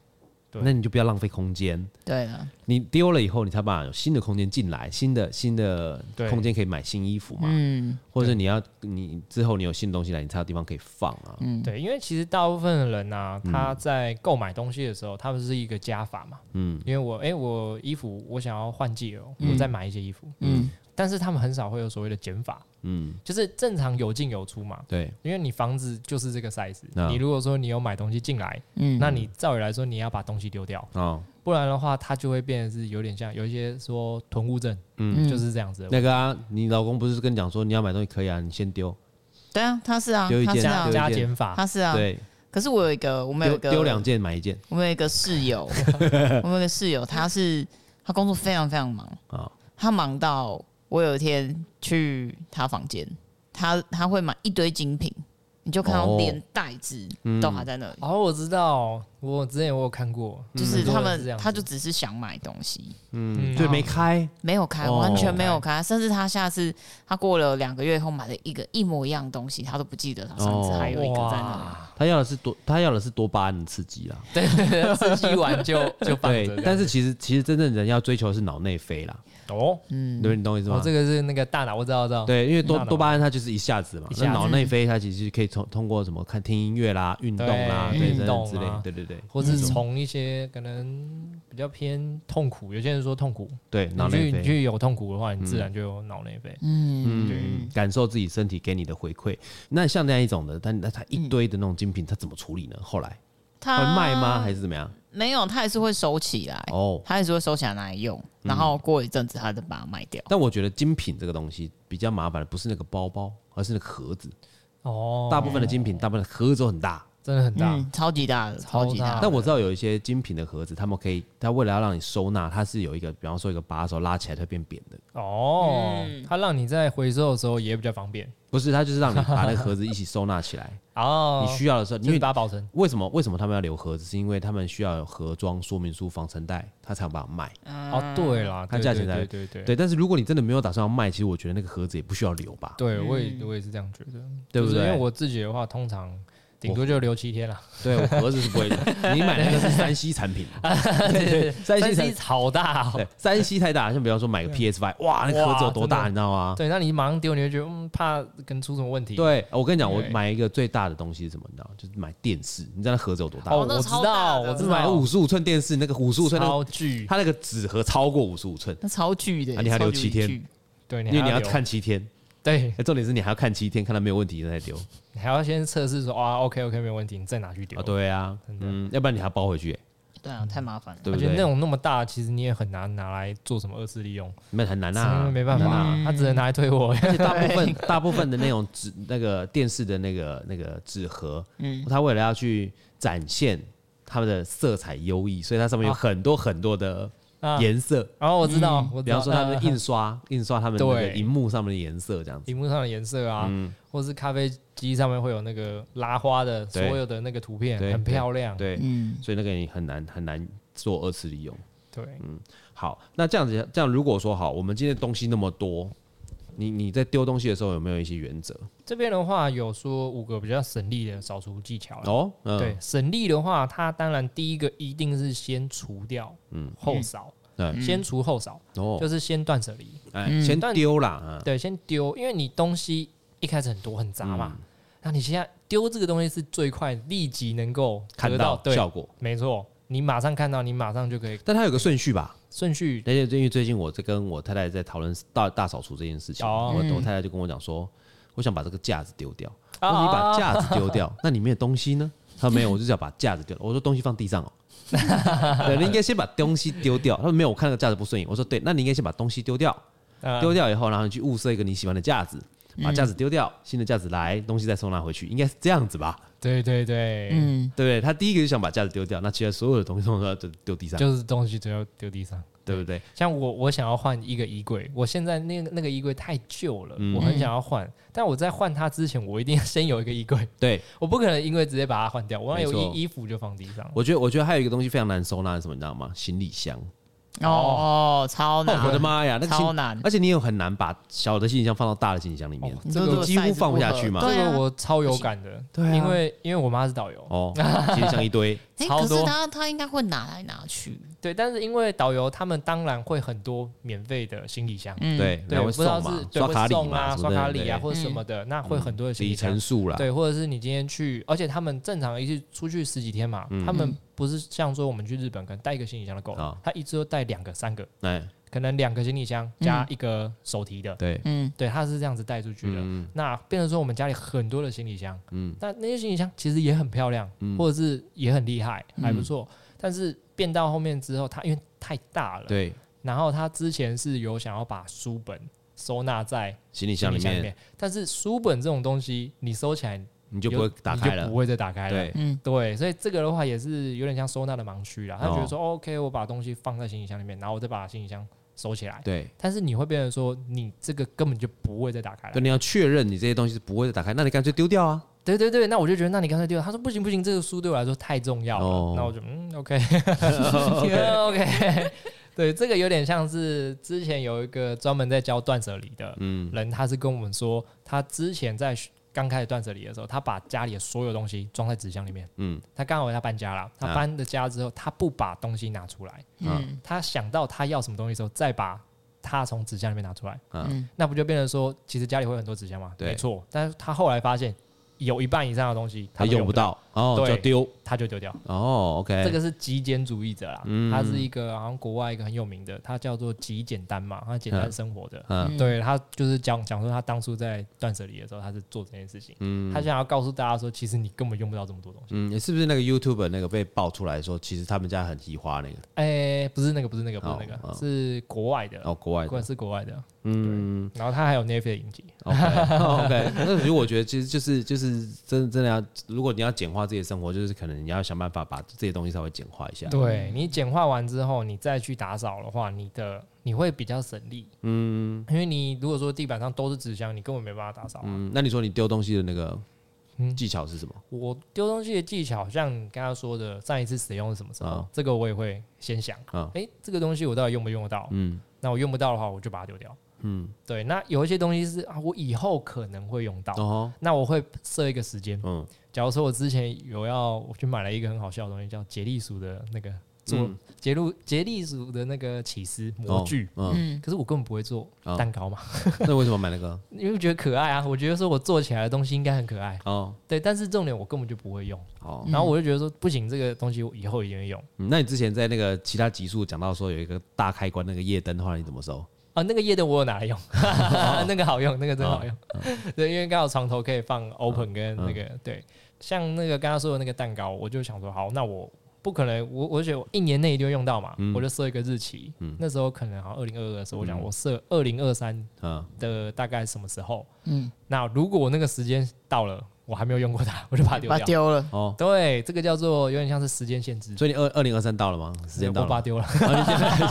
Speaker 2: 对
Speaker 1: 那你就不要浪费空间。
Speaker 3: 对了，
Speaker 1: 你丢了以后，你才把有新的空间进来，新的新的
Speaker 2: 对
Speaker 1: 空间可以买新衣服嘛，
Speaker 3: 嗯，
Speaker 1: 或者是你要你之后你有新的东西来，你才有地方可以放啊。
Speaker 2: 对，因为其实大部分的人呐，他在购买东西的时候，他们是一个加法嘛。
Speaker 1: 嗯，
Speaker 2: 因为我哎、我衣服我想要换季了，
Speaker 3: 嗯
Speaker 2: 我再买一些衣服。
Speaker 3: 嗯，
Speaker 2: 但是他们很少会有所谓的减法，
Speaker 1: 嗯，
Speaker 2: 就是正常有进有出嘛。
Speaker 1: 对，
Speaker 2: 因为你房子就是这个 size，、
Speaker 1: 啊
Speaker 2: 你如果说你有买东西进来，
Speaker 3: 嗯，
Speaker 2: 那你照理来说你要把东西丢掉，
Speaker 1: 哦，
Speaker 2: 不然的话它就会变得是有点像有一些说囤物症，
Speaker 3: 嗯
Speaker 2: 就是这样子的。
Speaker 1: 那个啊，你老公不是跟你讲说你要买东西可以啊，你先丢，
Speaker 3: 对啊，他是啊
Speaker 1: 丢一，
Speaker 3: 他
Speaker 1: 件
Speaker 3: 是
Speaker 2: 加
Speaker 3: 啊
Speaker 1: 丢，
Speaker 2: 加减法，
Speaker 3: 他是啊。
Speaker 1: 对，
Speaker 3: 可是我有一个，我们有
Speaker 1: 丢
Speaker 3: 一个
Speaker 1: 丢两件买一件
Speaker 3: 我们有一个室友，我们有一个室友，他是他工作非常非常忙
Speaker 1: 啊
Speaker 3: 他忙到我有一天去他房间，他他会买一堆精品，你就看到
Speaker 1: 哦
Speaker 3: 连袋子都还在那里，
Speaker 2: 哦，我知道，我之前我有看过，
Speaker 1: 嗯
Speaker 3: 就是
Speaker 2: 很多
Speaker 3: 他
Speaker 2: 人这
Speaker 3: 们
Speaker 2: 样子
Speaker 3: 他就只是想买东西，
Speaker 2: 嗯
Speaker 1: 对，没开，
Speaker 3: 没有开，
Speaker 1: 哦
Speaker 3: 完全没有开，甚至他下次他过了两个月以后买了一个一模一样的东西，他都不记得他上次
Speaker 1: 哦
Speaker 3: 还有一个在那里。
Speaker 2: 哇
Speaker 1: 他要的是多，他要的是多巴胺的刺激啦。
Speaker 2: 对，刺激完就 就放
Speaker 1: 对
Speaker 2: 着这样，
Speaker 1: 但是其实其实真正人要追求的是脑内啡啦，
Speaker 2: 哦，
Speaker 3: 嗯
Speaker 1: 对不对？你懂我意思
Speaker 2: 哦
Speaker 1: 吗，？
Speaker 2: 这个是那个大脑，我知道，我知道，
Speaker 1: 对，因为多
Speaker 2: 哦大脑
Speaker 1: 多巴胺它就是一下子嘛
Speaker 2: 一，下
Speaker 1: 那
Speaker 2: 子
Speaker 1: 脑内啡它其实可以从通过什么看听音乐啦、运动啦、
Speaker 2: 对
Speaker 1: 对
Speaker 2: 运
Speaker 1: 等等
Speaker 2: 动
Speaker 1: 之类
Speaker 2: 啊，
Speaker 1: 对对对
Speaker 2: 或是从一些可能比较偏痛苦，有些人说痛苦，
Speaker 1: 对，
Speaker 2: 你
Speaker 1: 脑内
Speaker 2: 去你
Speaker 1: 啡，
Speaker 2: 去有痛苦的话，你自然就有脑内啡。
Speaker 3: 嗯，
Speaker 1: 嗯，感受自己身体给你的回馈。那像那样一种的，但那它一堆的那种精品，它怎么处理呢？后来会
Speaker 2: 啊
Speaker 3: 他
Speaker 1: 卖吗？还是怎么样？
Speaker 3: 没有，他也是会收起来，
Speaker 1: 哦，
Speaker 3: 他也是会收起来拿来用，
Speaker 1: 嗯
Speaker 3: 然后过一阵子他就把它卖掉。
Speaker 1: 但我觉得精品这个东西比较麻烦的不是那个包包，而是那个盒子。
Speaker 2: 哦，
Speaker 1: 大部分的精品，大部分的盒子都很大。
Speaker 2: 真的很大，
Speaker 3: 嗯，超级大的，
Speaker 2: 超
Speaker 3: 超级
Speaker 2: 大
Speaker 3: 大
Speaker 1: 但我知道有一些精品的盒子，他们可以，它为了要让你收纳，它是有一个，比方说一个把手拉起来它会变扁的，
Speaker 2: 哦，它让你在回收的时候也比较方便
Speaker 1: 不是，它就是让你把那个盒子一起收纳起来。
Speaker 2: 哦
Speaker 1: 你。需要的时候，
Speaker 2: 因
Speaker 1: 因
Speaker 2: 为
Speaker 1: 为
Speaker 2: 把它保存
Speaker 1: 为什么为什么他们要留盒子？是因为他们需要有盒装说明书、防尘袋，他才有办法卖。
Speaker 2: 哦，对啦，
Speaker 1: 它
Speaker 2: 对
Speaker 1: 价钱
Speaker 2: 对
Speaker 1: 才
Speaker 2: 对对对
Speaker 1: 对，但是如果你真的没有打算要卖，其实我觉得那个盒子也不需要留吧，
Speaker 2: 对，我也我也是这样觉得，
Speaker 1: 对不
Speaker 2: 就是因为
Speaker 1: 对？
Speaker 2: 我自己的话，通常顶多就留七天啦。
Speaker 1: 对我盒子是不会留，你买那个是三 C 产品，
Speaker 2: 对对，
Speaker 1: 三 C
Speaker 2: 三
Speaker 1: 产
Speaker 2: C 好大哦。
Speaker 1: 对三 C 太大，像比方说买个 PS Five，哇，那个盒子有多
Speaker 2: 哇
Speaker 1: 大，
Speaker 2: 真的
Speaker 1: 你知道吗？
Speaker 2: 对，那你马上丢，你就觉得嗯，怕跟出什么问题。
Speaker 1: 啊
Speaker 3: 哦
Speaker 1: 对，我跟你讲，我
Speaker 2: 对
Speaker 1: 买一个最大的东西是什么？你知道，就是买电视。你知道那盒子有多大？
Speaker 2: 哦，
Speaker 3: 哦那
Speaker 2: 我知
Speaker 3: 超
Speaker 2: 道，
Speaker 3: 大的
Speaker 2: 我
Speaker 1: 我是
Speaker 2: 知
Speaker 1: 买
Speaker 2: 道，
Speaker 1: 五十五寸电视，那个五十五寸那个，
Speaker 2: 超巨，
Speaker 1: 它那个纸盒超过五十五寸，
Speaker 3: 那超巨的、欸
Speaker 1: 啊你还
Speaker 3: 超
Speaker 1: 留
Speaker 3: 级
Speaker 1: 七天
Speaker 3: 巨，
Speaker 2: 对，
Speaker 1: 因为你
Speaker 2: 还
Speaker 1: 要
Speaker 2: 留
Speaker 1: 看七天。
Speaker 2: 对，
Speaker 1: 哎重点是你还要看七天，看它没有问题再丢
Speaker 2: 你还要先测试说啊，OK OK，没有问题，你再拿去丢。
Speaker 1: 啊。，对啊，嗯，要不然你还要包回去，哎
Speaker 3: 对啊，太麻烦了。
Speaker 1: 对
Speaker 2: 而
Speaker 1: 不
Speaker 2: 且
Speaker 1: 对
Speaker 2: 那？种那么大，其实你也很难拿来做什么二次利用，
Speaker 1: 那很难
Speaker 2: 真
Speaker 1: 啊，
Speaker 2: 的没办法
Speaker 1: 很难啊。
Speaker 2: 啊，它只能拿来退货。
Speaker 1: 而且大部分大部分的那种纸那个电视的那个那个纸盒，嗯，它为了要去展现它们的色彩优异，所以它上面有很多很多的
Speaker 2: 啊
Speaker 1: 颜色。
Speaker 2: 然后我知道，我知
Speaker 1: 比
Speaker 2: 道
Speaker 1: 方说他们
Speaker 2: 呃
Speaker 1: 印刷印刷他们那个
Speaker 2: 对
Speaker 1: 荧幕上面的颜色这样子，
Speaker 2: 荧幕上的颜色啊，
Speaker 1: 嗯
Speaker 2: 或是咖啡机上面会有那个拉花的所
Speaker 1: 对
Speaker 2: 有的那个图片，
Speaker 1: 对
Speaker 2: 很漂亮。
Speaker 1: 对，
Speaker 3: 嗯，
Speaker 1: 所以那个你很难很难做二次利用。
Speaker 2: 对，
Speaker 1: 好，那这样子这样如果说好，我们今天东西那么多，你你在丢东西的时候有没有一些原则？
Speaker 2: 这边的话有说五个比较省力的扫除技巧啦。
Speaker 1: 哦，嗯，
Speaker 2: 对，省力的话，它当然第一个一定是先除掉，嗯，后扫，
Speaker 1: 对
Speaker 2: 先除后扫，
Speaker 1: 哦
Speaker 2: 就，是先断舍离。
Speaker 1: 哎，先
Speaker 2: 但
Speaker 1: 丢啦，啊
Speaker 2: 对，先丢，因为你东西一开始很多很杂嘛，
Speaker 1: 嗯
Speaker 2: 那你现在丢这个东西是最快立即能够
Speaker 1: 看
Speaker 2: 得
Speaker 1: 到
Speaker 2: 对，
Speaker 1: 效果。
Speaker 2: 没错，你马上看到，你马上就可以
Speaker 1: 但它有个顺序吧？
Speaker 2: 顺序
Speaker 1: 而且因为最近我在跟我太太在讨论大大扫除这件事情，
Speaker 2: 哦
Speaker 1: 我我
Speaker 3: 嗯
Speaker 1: 太太就跟我讲说，我想把这个架子丢掉。
Speaker 2: 啊
Speaker 1: 我说你把架子丢掉，那里面的东西呢？他说没有，我就是要把架子丢掉。我说东西放地上 哦，对，你应该先把东西丢掉。他说没有，我看那个架子不顺眼。我说对，那你应该先把东西丢掉，
Speaker 2: 呃
Speaker 1: 丢掉以后，然后你去物色一个你喜欢的架子，
Speaker 2: 嗯
Speaker 1: 把架子丢掉，新的架子来，东西再收纳回去，应该是这样子吧？
Speaker 2: 对对对，
Speaker 3: 嗯，
Speaker 1: 对不对？他第一个就想把架子丢掉，那其他所有的东西都要丢丢地上，
Speaker 2: 就是东西只要丢地上。
Speaker 1: 对不对？
Speaker 2: 像我，我想要换一个衣柜，我现在那个那个衣柜太旧了，
Speaker 1: 嗯
Speaker 2: 我很想要换，但我在换它之前，我一定要先有一个衣柜，
Speaker 1: 对，
Speaker 2: 我不可能因为直接把它换掉，我要有
Speaker 1: 没错
Speaker 2: 衣衣服就放地上。
Speaker 1: 我觉得我觉得还有一个东西非常难收纳是什么，你知道吗？行李箱。
Speaker 3: 哦哦，超难！
Speaker 1: 哦我的妈呀，那个
Speaker 3: 超
Speaker 1: 行
Speaker 3: 难！
Speaker 1: 而且你也很难把小的行李箱放到大的行李箱里面
Speaker 2: 哦，
Speaker 3: 你
Speaker 1: 这
Speaker 3: 说
Speaker 1: 个
Speaker 3: 这个
Speaker 1: 几乎
Speaker 3: size
Speaker 1: 放不下
Speaker 3: 不合
Speaker 1: 去嘛。
Speaker 3: 对啊
Speaker 2: 这个我超有感的，
Speaker 1: 对啊
Speaker 2: 因为因为我妈是导游，
Speaker 1: 哦，行李箱一 堆，
Speaker 3: 哎，
Speaker 2: 超
Speaker 3: 可是
Speaker 2: 多
Speaker 3: 他他应该会拿来拿去，
Speaker 2: 对，但是因为导游他们当然会很多免费的行李箱，
Speaker 3: 嗯，
Speaker 1: 对，
Speaker 2: 对，
Speaker 1: 然
Speaker 2: 我
Speaker 1: 后
Speaker 2: 不
Speaker 1: 会
Speaker 2: 知道
Speaker 1: 送
Speaker 2: 是
Speaker 1: 嘛，刷
Speaker 2: 对会
Speaker 1: 卡礼
Speaker 2: 送啊、
Speaker 1: 嘛，
Speaker 2: 刷卡礼啊
Speaker 1: 或
Speaker 2: 或者什么的，那
Speaker 1: 嗯
Speaker 2: 会很多的行
Speaker 1: 里
Speaker 2: 李箱
Speaker 1: 程。数啦，
Speaker 2: 对，或者是你今天去，而且他们正常一次出去十几天嘛，
Speaker 1: 嗯
Speaker 2: 他们不是像说我们去日本可能带一个行李箱就够了
Speaker 1: 啊，
Speaker 2: 他一次都带两个、三个，
Speaker 1: 哎，
Speaker 2: 可能两个行李箱加一个手提的，
Speaker 1: 对，
Speaker 3: 嗯，
Speaker 2: 对，他是这样子带出去的。
Speaker 1: 嗯
Speaker 2: 那变成说我们家里很多的行李箱，
Speaker 1: 嗯
Speaker 2: 但那些行李箱其实也很漂亮，
Speaker 1: 嗯
Speaker 2: 或者是也很厉害，还不错。但是变到后面之后，它因为太大了，
Speaker 1: 对，
Speaker 2: 然后他之前是有想要把书本收纳在
Speaker 1: 行李
Speaker 2: 行
Speaker 1: 箱
Speaker 2: 李
Speaker 1: 里
Speaker 2: 箱里
Speaker 1: 面
Speaker 2: 面，但是书本这种东西你收起来
Speaker 1: 你
Speaker 2: 就
Speaker 1: 就不会打开了
Speaker 2: 不，会再打开了。
Speaker 1: 对，
Speaker 3: 嗯，
Speaker 2: 对，所以这个的话也是有点像收纳的盲区
Speaker 1: 哦
Speaker 2: 啦。他觉得说、o k 我把东西放在行李箱里面，然后我再把行李箱收起来。
Speaker 1: 对，
Speaker 2: 但是你会变成说，你这个根本就不会再打开了
Speaker 1: 对，。你要确认你这些东西是不会打开，那你干脆丢掉啊。
Speaker 2: 对对对，那我就觉得，那你干脆丢了。他说不行不行，这个书对我来说太重要了。
Speaker 1: 哦
Speaker 2: 那我就 嗯，OK，OK，对， 这个有点像是之前有一个专门在教断舍离的
Speaker 1: 嗯，
Speaker 2: 人，他是跟我们说，他之前在学刚开始断舍离的时候，他把家里的所有东西装在纸箱里面。
Speaker 1: 嗯，
Speaker 2: 他刚好要搬家了，他
Speaker 1: 啊
Speaker 2: 搬了家之后，他不把东西拿出来，
Speaker 3: 嗯
Speaker 2: 他想到他要什么东西的时候，再把他从纸箱里面拿出来，
Speaker 1: 啊
Speaker 3: 嗯
Speaker 2: 那不就变成说，其实家里会有很多纸箱嘛？
Speaker 1: 对
Speaker 2: 没错。但是他后来发现，有一半以上的东西
Speaker 1: 他
Speaker 2: 都
Speaker 1: 用不，到哦，
Speaker 2: 对
Speaker 1: 就丢
Speaker 2: 他就丢掉。
Speaker 1: 哦，OK，
Speaker 2: 这个是极简主义者啦，
Speaker 1: 嗯
Speaker 2: 他是一个好像国外一个很有名的，他叫做极简单嘛，他简单生活的。
Speaker 1: 嗯
Speaker 2: 对他就是讲讲说他当初在断舍离的时候，他是做这件事情，
Speaker 1: 嗯
Speaker 2: 他想要告诉大家说，其实你根本用不到这么多东西。
Speaker 1: 嗯，是不是那个 YouTube 那个被爆出来说，其实他们家很移花那个
Speaker 2: 哎、不是那个，不是那个，不是那个，
Speaker 1: 哦哦
Speaker 2: 是国外的，
Speaker 1: 哦，国外
Speaker 2: 呃国
Speaker 1: 的
Speaker 2: 外是国外的。
Speaker 1: 嗯
Speaker 2: 然后他还有 Netflix 的影集，
Speaker 1: ，OK 哦 OK，那 其实我觉得其实就是就是真真的要，如果你要简化自己的生活，就是可能你要想办法把这些东西稍微简化一下。
Speaker 2: 对你简化完之后，你再去打扫的话，你的你会比较省力。嗯，因为你如果说地板上都是纸箱，你根本没办法打扫啊、
Speaker 1: 嗯，那你说你丢东西的那个
Speaker 2: 嗯
Speaker 1: 技巧是什么？
Speaker 2: 我丢东西的技巧，像你刚刚说的，上一次使用是什么时候？
Speaker 1: 啊
Speaker 2: 这个我也会先想，哎、
Speaker 1: 啊
Speaker 2: 这个东西我到底用不用得到？
Speaker 1: 嗯
Speaker 2: 那我用不到的话，我就把它丢掉。
Speaker 1: 嗯，
Speaker 2: 对，那有一些东西是啊，我以后可能会用到，
Speaker 1: 哦嗯
Speaker 2: 那我会设一个时间。
Speaker 1: 吼，
Speaker 2: 假如说我之前有要我去买了一个很好笑的东西，叫杰利鼠的那个做
Speaker 1: 嗯
Speaker 2: 杰路杰利鼠的那个起司
Speaker 1: 嗯，
Speaker 2: 模具，
Speaker 1: 哦，嗯，
Speaker 3: 嗯
Speaker 2: 可是我根本不会做
Speaker 1: 哦
Speaker 2: 蛋糕嘛，
Speaker 1: 那为什么买那个？
Speaker 2: 因为觉得可爱啊，我觉得说我做起来的东西应该很可爱，
Speaker 1: 哦
Speaker 2: 对，但是重点我根本就不会用，
Speaker 1: 哦，
Speaker 3: 嗯
Speaker 2: 然后我就觉得说不行，这个东西我以后一定会用
Speaker 1: 嗯那你之前在那个其他集数讲到说有一个大开关那个夜灯，后来你怎么收？
Speaker 2: 啊，那个夜灯我有拿来用，
Speaker 1: 哦
Speaker 2: 那个好用，那个真好用，
Speaker 1: 嗯
Speaker 2: 对，因为刚好床头可以放 open 跟那个对，像那个刚刚说的那个蛋糕，我就想说好，那我。不可能，我我觉得我一年内一定会用到嘛，
Speaker 1: 嗯
Speaker 2: 我就设一个日期。
Speaker 1: 嗯
Speaker 2: 那时候可能好像二零二二的时候，我想
Speaker 1: 嗯
Speaker 2: 我设二零二三
Speaker 1: 嗯，
Speaker 2: 的大概什么时候，
Speaker 3: 嗯，
Speaker 2: 那如果我那个时间到了，我还没有用过它，我就把它丢
Speaker 3: 把它
Speaker 2: 掉。
Speaker 3: 丢了，
Speaker 1: 哦，
Speaker 2: 对，这个叫做有点像是时间限制，
Speaker 1: 所以你二二零二三到了吗？时间到
Speaker 2: 我
Speaker 1: 了哦吗。
Speaker 2: 把它丢了。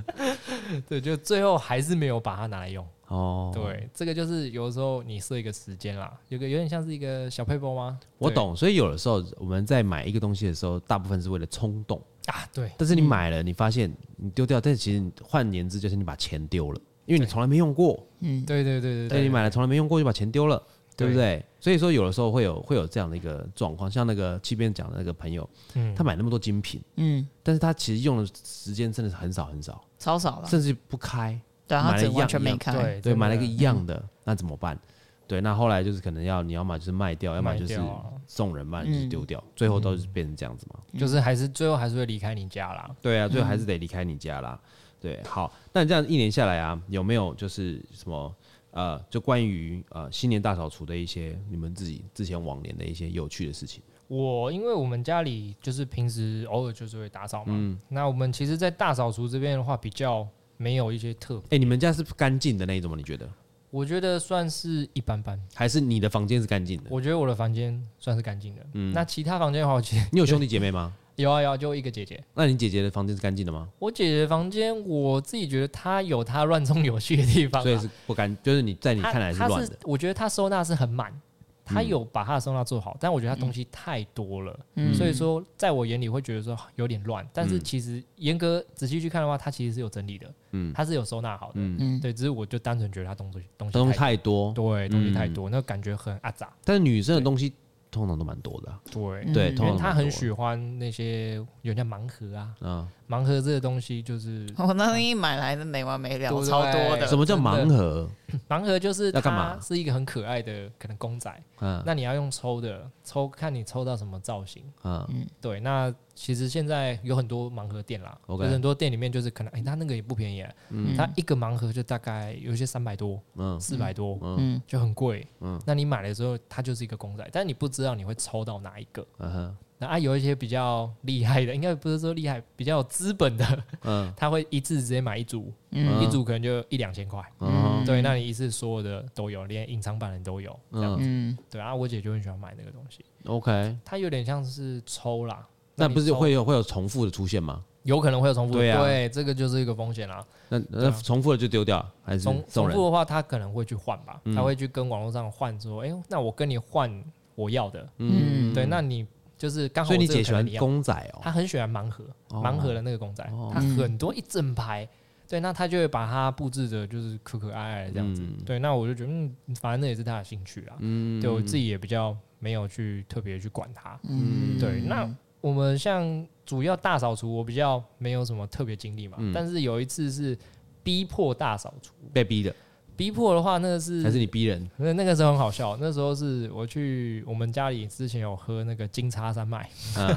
Speaker 2: 对，就最后还是没有把它拿来用。
Speaker 1: 哦，，
Speaker 2: 对，这个就是有的时候你设一个时间啦，有个有点像是一个小 paper 吗？
Speaker 1: 我
Speaker 2: 对
Speaker 1: 懂。所以有的时候我们在买一个东西的时候，大部分是为了冲动，
Speaker 2: 啊，对
Speaker 1: 但是你买了，你发现你丢掉，但其实换言之就是你把钱丢了，因为你从来没用过，
Speaker 3: 嗯，
Speaker 2: 对对对对
Speaker 1: 对，你买了从来没用过就把钱丢了。对不
Speaker 2: 对
Speaker 1: 对？所以说，有的时候会有会有这样的一个状况，像那个七边讲的那个朋友，
Speaker 2: 嗯
Speaker 1: 他买那么多精品，
Speaker 3: 嗯，
Speaker 1: 但是他其实用的时间真的是很少很少，
Speaker 3: 超少了，
Speaker 1: 甚至不开。
Speaker 3: 对啊，
Speaker 1: 买
Speaker 3: 他
Speaker 1: 了
Speaker 3: 整
Speaker 1: 一样
Speaker 3: 完全
Speaker 1: 一
Speaker 3: 没
Speaker 1: 样
Speaker 3: 开，
Speaker 2: 对
Speaker 1: 对，
Speaker 2: 哎真
Speaker 1: 买了
Speaker 2: 的
Speaker 1: 一个一样的，那怎么办？对，那后来就是可能要你要么就是卖掉，要么
Speaker 2: 卖
Speaker 1: 就是
Speaker 2: 掉啊
Speaker 1: 送人嘛，就是
Speaker 3: 嗯
Speaker 1: 丢掉，最后都是变成这样子嘛。
Speaker 2: 就是还是最后还是会离开你家啦。
Speaker 1: 对啊，最后还是得离开你家啦。对，好，那你这样一年下来啊，有没有就是什么呃，就关于呃新年大扫除的一些你们自己之前往年的一些有趣的事情？
Speaker 2: 我因为我们家里就是平时偶尔就是会打扫嘛，
Speaker 1: 嗯
Speaker 2: 那我们其实，在大扫除这边的话，比较没有一些特，
Speaker 1: 哎、你们家是干净的那一种吗？你觉得？
Speaker 2: 我觉得算是一般般。
Speaker 1: 还是你的房间是干净的？
Speaker 2: 我觉得我的房间算是干净的。
Speaker 1: 嗯
Speaker 2: 那其他房间的话，我觉得
Speaker 1: 你有兄弟姐妹吗？
Speaker 2: 有啊有啊，就一个姐姐。
Speaker 1: 那你姐姐的房间是干净的吗？
Speaker 2: 我姐姐的房间，我自己觉得她有她乱中有序的地方、啊，
Speaker 1: 所以是不干，就是你在你
Speaker 2: 她
Speaker 1: 看来是
Speaker 2: 她
Speaker 1: 乱的。嗯
Speaker 2: 我觉得她收纳是很满，他有把他的收纳做好，但我觉得他东西太多了，
Speaker 3: 嗯
Speaker 2: 所以说在我眼里会觉得说有点乱。但是
Speaker 1: 嗯
Speaker 2: 其实严格仔细去看的话，他其实是有整理的，
Speaker 1: 嗯
Speaker 2: 他是有收纳好的，
Speaker 1: 嗯，
Speaker 3: 嗯，
Speaker 2: 对。只是我就单纯觉得他东西东
Speaker 1: 东
Speaker 2: 西
Speaker 1: 西太
Speaker 2: 太
Speaker 1: 多，嗯
Speaker 2: 对东西太多，那感觉很阿杂。
Speaker 1: 但是女生的东西通常都蛮多的啊，
Speaker 2: 对，
Speaker 3: 嗯
Speaker 1: 对，
Speaker 3: 因为
Speaker 1: 通
Speaker 2: 因
Speaker 1: 常
Speaker 2: 为他
Speaker 1: 蛮多
Speaker 2: 很
Speaker 1: 的
Speaker 2: 喜欢那些有人叫盲盒啊，
Speaker 1: 啊。
Speaker 2: 盲盒这个东西就是
Speaker 1: 嗯
Speaker 3: 我那天一买来的没完没了，
Speaker 2: 对不对
Speaker 3: 超多的
Speaker 1: 什。么叫
Speaker 2: 真的
Speaker 1: 盲盒？
Speaker 2: 盲盒就是
Speaker 1: 要干
Speaker 2: 它
Speaker 1: 嘛
Speaker 2: 是一个很可爱的可能公仔，
Speaker 1: 嗯
Speaker 2: 那你要用抽的，抽看你抽到什么造型。
Speaker 1: 嗯
Speaker 2: 对，那其实现在有很多盲盒店啦
Speaker 1: OK
Speaker 2: 有很多店里面就是可能，哎、它那个也不便宜啊，
Speaker 3: 嗯
Speaker 2: 它一个盲盒就大概有一些三百多、
Speaker 1: 嗯
Speaker 2: 四百多，
Speaker 1: 嗯
Speaker 3: 嗯
Speaker 2: 就很贵。
Speaker 1: 嗯
Speaker 2: 那你买的时候，它就是一个公仔，但你不知道你会抽到哪一个。
Speaker 1: 嗯哼
Speaker 2: 那啊，有一些比较厉害的，应该不是说厉害，比较有资本的，
Speaker 1: 嗯
Speaker 2: 他会一次直接买一组，
Speaker 1: 嗯
Speaker 2: 一组可能就一两千块。
Speaker 1: 嗯
Speaker 2: 对，那你一次所有的都有，连隐藏版的都有。这样
Speaker 1: 嗯
Speaker 3: 嗯
Speaker 2: 对啊，我姐就很喜欢买那个东西，
Speaker 1: ，OK，
Speaker 2: 它有点像是抽啦。
Speaker 1: 那
Speaker 2: 你
Speaker 1: 不是
Speaker 2: 抽
Speaker 1: 会有会有重复的出现吗？
Speaker 2: 有可能会有重复的？
Speaker 1: 对啊
Speaker 2: 对，这个就是一个风险啦。
Speaker 1: 那那
Speaker 2: 啊
Speaker 1: 重复的就丢掉，还是
Speaker 2: 重
Speaker 1: 送
Speaker 2: 重
Speaker 1: 人嗯
Speaker 2: 复？的话，他可能会去换吧，他会去跟网络上换说，哎、那我跟你换我要的。
Speaker 3: 嗯，
Speaker 2: 对，那你就是刚好
Speaker 1: 所以你
Speaker 2: 我这个
Speaker 1: 姐喜
Speaker 2: 可能
Speaker 1: 欢
Speaker 2: 你要，
Speaker 1: 公仔
Speaker 2: 她
Speaker 1: 哦，
Speaker 2: 很喜欢盲盒，
Speaker 1: 哦
Speaker 2: 盲盒的那个公仔，
Speaker 1: 哦
Speaker 2: 她很多一整排。对，那她就会把它布置的，就是可可爱爱的这样子。
Speaker 1: 嗯
Speaker 2: 对，那我就觉得，嗯，反正那也是她的兴趣啦。啊
Speaker 1: 嗯，
Speaker 2: 对我自己也比较没有去特别去管它。
Speaker 1: 嗯
Speaker 2: 对，那我们像主要大扫除，我比较没有什么特别经历嘛。
Speaker 1: 嗯
Speaker 2: 但是有一次是逼迫大扫除，
Speaker 1: 被逼的，
Speaker 2: 逼迫的话，那个是
Speaker 1: 还是你逼人？
Speaker 2: 那那个时候很好笑。那时候是我去我们家里之前有喝那个金叉山脉，
Speaker 1: 嗯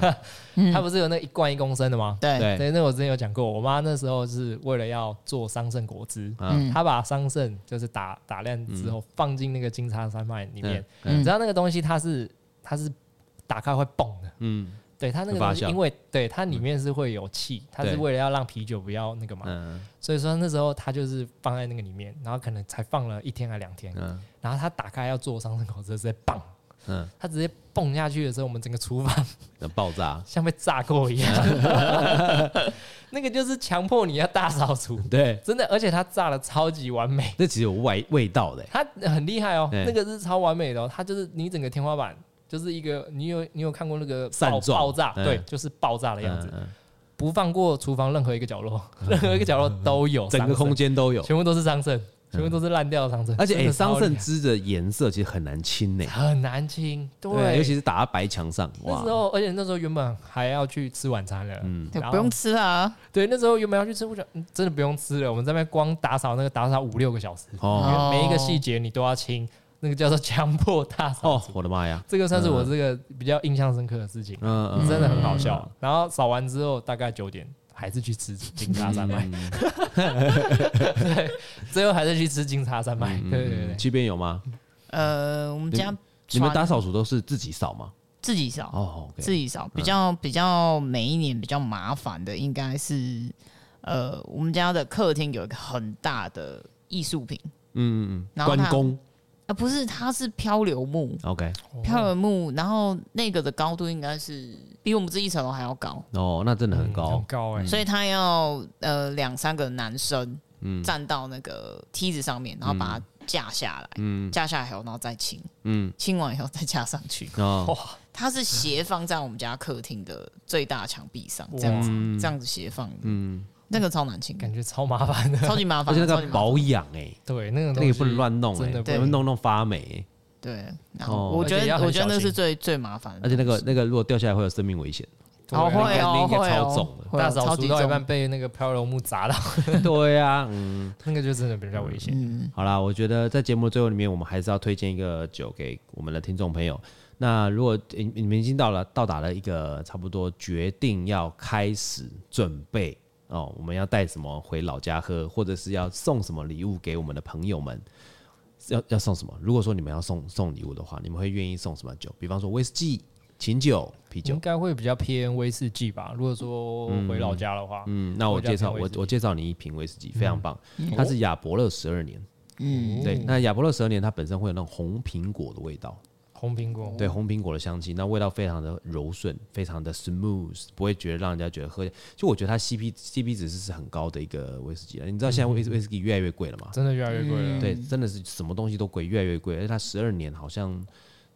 Speaker 3: 嗯
Speaker 2: 它不是有那一罐一公升的吗？
Speaker 3: 对，
Speaker 1: 对，
Speaker 2: 对，那我之前有讲过，我妈那时候是为了要做桑葚果汁，
Speaker 1: 嗯
Speaker 2: 她把桑葚就是打打烂之后放进那个金叉山脉里面，
Speaker 1: 嗯
Speaker 2: 你知道那个东西它是它是打开会蹦的。
Speaker 1: 嗯
Speaker 2: 对它那
Speaker 1: 会
Speaker 2: 个
Speaker 1: 发
Speaker 2: 东西，
Speaker 1: 酵嗯
Speaker 2: 因为对它里面是会有气，它是
Speaker 1: 对
Speaker 2: 为了要让啤酒不要那个嘛，
Speaker 1: 嗯
Speaker 2: 所以说那时候它就是放在那个里面，然后可能才放了一天还两天，
Speaker 1: 嗯
Speaker 2: 然后它打开要做桑葚口之后直接棒，
Speaker 1: 嗯
Speaker 2: 它直接蹦下去的时候，我们整个厨房
Speaker 1: 嗯，爆炸，
Speaker 2: 像被炸过一 样，那个就是强迫你要大扫除，
Speaker 1: 对，
Speaker 2: 真的，而且它炸的超级完美，
Speaker 1: 那其实有味味道的，
Speaker 2: 它很厉害哦，
Speaker 1: 对
Speaker 2: 那个是超完美的哦，它就是你整个天花板。就是一个，你有你有看过那个
Speaker 1: 散
Speaker 2: 爆
Speaker 1: 状
Speaker 2: 爆炸，
Speaker 1: 嗯
Speaker 2: 对，就是爆炸的样子。
Speaker 1: 嗯
Speaker 2: 不放过厨房任何一个 角落，任何一个角落都有
Speaker 1: 嗯整个
Speaker 2: 桑葚
Speaker 1: 空，间都有，
Speaker 2: 全部都是桑葚，全部都是烂掉的桑葚。
Speaker 1: 而且
Speaker 2: 真
Speaker 1: 哎，
Speaker 2: 的
Speaker 1: 桑
Speaker 2: 超厉
Speaker 1: 葚
Speaker 2: 害
Speaker 1: 汁的颜色其实很难清呢，
Speaker 2: 很难清，对，
Speaker 1: 对，尤其是打在白墙上，
Speaker 2: 那时
Speaker 1: 哇，
Speaker 2: 候，而且那时候原本还要去吃晚餐了，嗯，
Speaker 3: 对不用吃啊，
Speaker 2: 对，那时候原本要去吃，我想嗯真的不用吃了，我们在那边光打扫那个打扫五六个小时，
Speaker 1: 哦
Speaker 3: 哦
Speaker 2: 每一个细节你都要清，那个叫做强迫大扫
Speaker 1: 哦
Speaker 2: 除，，
Speaker 1: 我的妈呀，
Speaker 2: 这个算是我这个比较印象深刻的事情，
Speaker 1: 嗯嗯，
Speaker 2: 真的很好笑。然后扫完之后大概九点还是去吃金沙
Speaker 1: 嗯
Speaker 2: 山脉， 对，最后还是去吃金沙山脉，
Speaker 1: 嗯
Speaker 2: 对对嗯对。
Speaker 1: 这边有吗？
Speaker 3: 呃，我们家
Speaker 1: 你们
Speaker 3: 传
Speaker 1: 打扫除都是自己扫吗？
Speaker 3: 自己扫，
Speaker 1: 哦
Speaker 3: 自
Speaker 1: ，OK，
Speaker 3: 己扫比较比较每一年比较麻烦的应该是，呃，我们家的客厅有一个很大的艺术品
Speaker 1: 嗯嗯嗯，
Speaker 3: 然后
Speaker 1: 关
Speaker 3: 它
Speaker 1: 公
Speaker 3: 啊、不是，它是漂流木，
Speaker 1: ，OK，
Speaker 3: 漂流木，然后那个的高度应该是比我们这一层楼还要高，
Speaker 1: 哦，那真的很
Speaker 2: 嗯很
Speaker 1: 高，
Speaker 2: 高哎、
Speaker 3: 所以他要呃两三个男生
Speaker 1: 嗯
Speaker 3: 站到那个梯子上面，然后把它架下来，架下来以后，然后再清，
Speaker 1: 嗯，
Speaker 3: 清完以后再架上去。
Speaker 2: 嗯
Speaker 1: 哦，
Speaker 3: 它是斜放在我们家客厅的最大墙壁上，这样子，
Speaker 1: 嗯
Speaker 3: 这样子斜放，嗯，那个超难清，
Speaker 2: 感觉超麻烦的。
Speaker 3: 超级 麻
Speaker 1: 而
Speaker 3: 烦，
Speaker 1: 且那
Speaker 3: 超
Speaker 1: 个
Speaker 3: 级麻烦。
Speaker 1: 保养哎，
Speaker 2: 对，那个
Speaker 1: 那
Speaker 2: 东
Speaker 1: 个
Speaker 2: 西
Speaker 1: 也不能乱弄
Speaker 2: 真
Speaker 1: 哎，
Speaker 2: 的
Speaker 1: 不
Speaker 2: 不
Speaker 1: 能
Speaker 3: 能
Speaker 1: 弄弄发霉欸，
Speaker 3: 对，然后
Speaker 1: 哦
Speaker 3: 我觉
Speaker 2: 而且
Speaker 3: 得
Speaker 2: 要，很
Speaker 3: 我觉得那
Speaker 2: 小
Speaker 3: 是
Speaker 2: 心
Speaker 3: 最最麻烦的
Speaker 1: 而
Speaker 3: 东
Speaker 1: 且
Speaker 3: 西，
Speaker 1: 那个那个如果掉下来会有生命危 险，
Speaker 2: 对
Speaker 3: 哦会
Speaker 1: 那
Speaker 3: 哦
Speaker 1: 个
Speaker 3: 会
Speaker 1: 超重
Speaker 3: 哦
Speaker 1: 的，
Speaker 3: 会哦
Speaker 2: 大扫
Speaker 3: 超
Speaker 2: 除
Speaker 3: 级
Speaker 2: 到一
Speaker 3: 重
Speaker 2: 半被那个漂流木砸到，
Speaker 1: 对呀，嗯，
Speaker 2: 那个就真的比较危险。
Speaker 3: 嗯
Speaker 1: 好啦，我觉得在节目的最后里面，我们还是要推荐一个酒给我们的听众朋友。那如果你你们已经到了到达了一个差不多决定要开始准备哦，我们要带什么回老家喝，或者是要送什么礼物给我们的朋友们，要要送什么？如果说你们要送送礼物的话，你们会愿意送什么酒？比方说威士忌、琴酒、啤酒
Speaker 2: 应。该会比较偏威士忌吧。如果说回老家的话，
Speaker 1: 嗯，那我介绍我我介绍你一瓶威士忌，非常棒，它是亚伯乐十二年。
Speaker 3: 嗯
Speaker 1: 对，那亚伯乐十二年它本身会有那种红苹果的味道，
Speaker 2: 红苹果，
Speaker 1: 对，红苹果的香气，那味道非常的柔顺，非常的 smooth，不会觉得让人家觉得喝。就我觉得它 CP CP 值是是很高的一个威士忌了。你知道现在威威士忌越来越贵了嘛？
Speaker 2: 真的越来越贵了。
Speaker 1: 对，真的是什么东西都贵，越来越贵。而且它十二年好像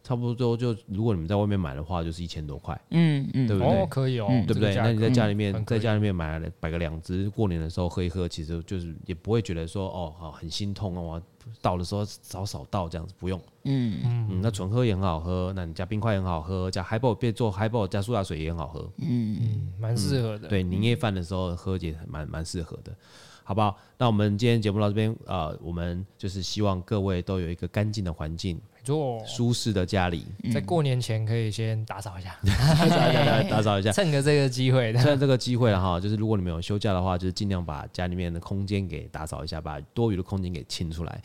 Speaker 1: 差不多就如果你们在外面买的话，就是一千多块，
Speaker 3: 嗯
Speaker 1: 对
Speaker 3: 嗯，
Speaker 1: 不对？
Speaker 2: 哦，可以哦，
Speaker 3: 嗯
Speaker 1: 对不对？
Speaker 2: 这个价格
Speaker 1: 那你在家里面
Speaker 2: 嗯很，可
Speaker 1: 在
Speaker 2: 以
Speaker 1: 家里面买了摆个两只，过年的时候喝一喝，其实就是也不会觉得说哦，好很心痛啊，我倒的时候少少倒这样子，不用。
Speaker 3: 嗯
Speaker 1: 嗯，那纯喝也很好喝，那你加冰块也很好喝，加 highball 别做 highball 加苏打水也很好喝。
Speaker 3: 嗯，
Speaker 2: 嗯，蛮适合的。
Speaker 1: 对，年夜饭的时候喝也很蛮蛮适合的，好不好？那我们今天节目到这边，呃，我们就是希望各位都有一个干净的环境，
Speaker 2: 没错，
Speaker 1: 舒适的家里，
Speaker 2: 在过年前可以先打扫一下，
Speaker 1: 大家打扫一下。
Speaker 2: 趁个这个机 会，
Speaker 1: 趁这个机会了哈，就是如果你们有休假的话，就是尽量把家里面的空间给打扫一下，把多余的空间给清出来。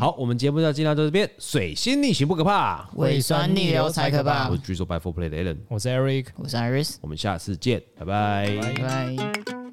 Speaker 1: 好，我们节目就尽量到这边，水星逆行不可怕。
Speaker 3: 胃酸逆流才可怕
Speaker 1: 我是。巨兽 by Four Play 的 Alan，
Speaker 2: 我是 Eric，
Speaker 3: 我是 Iris，
Speaker 1: 我们下次见，拜拜
Speaker 3: 拜拜。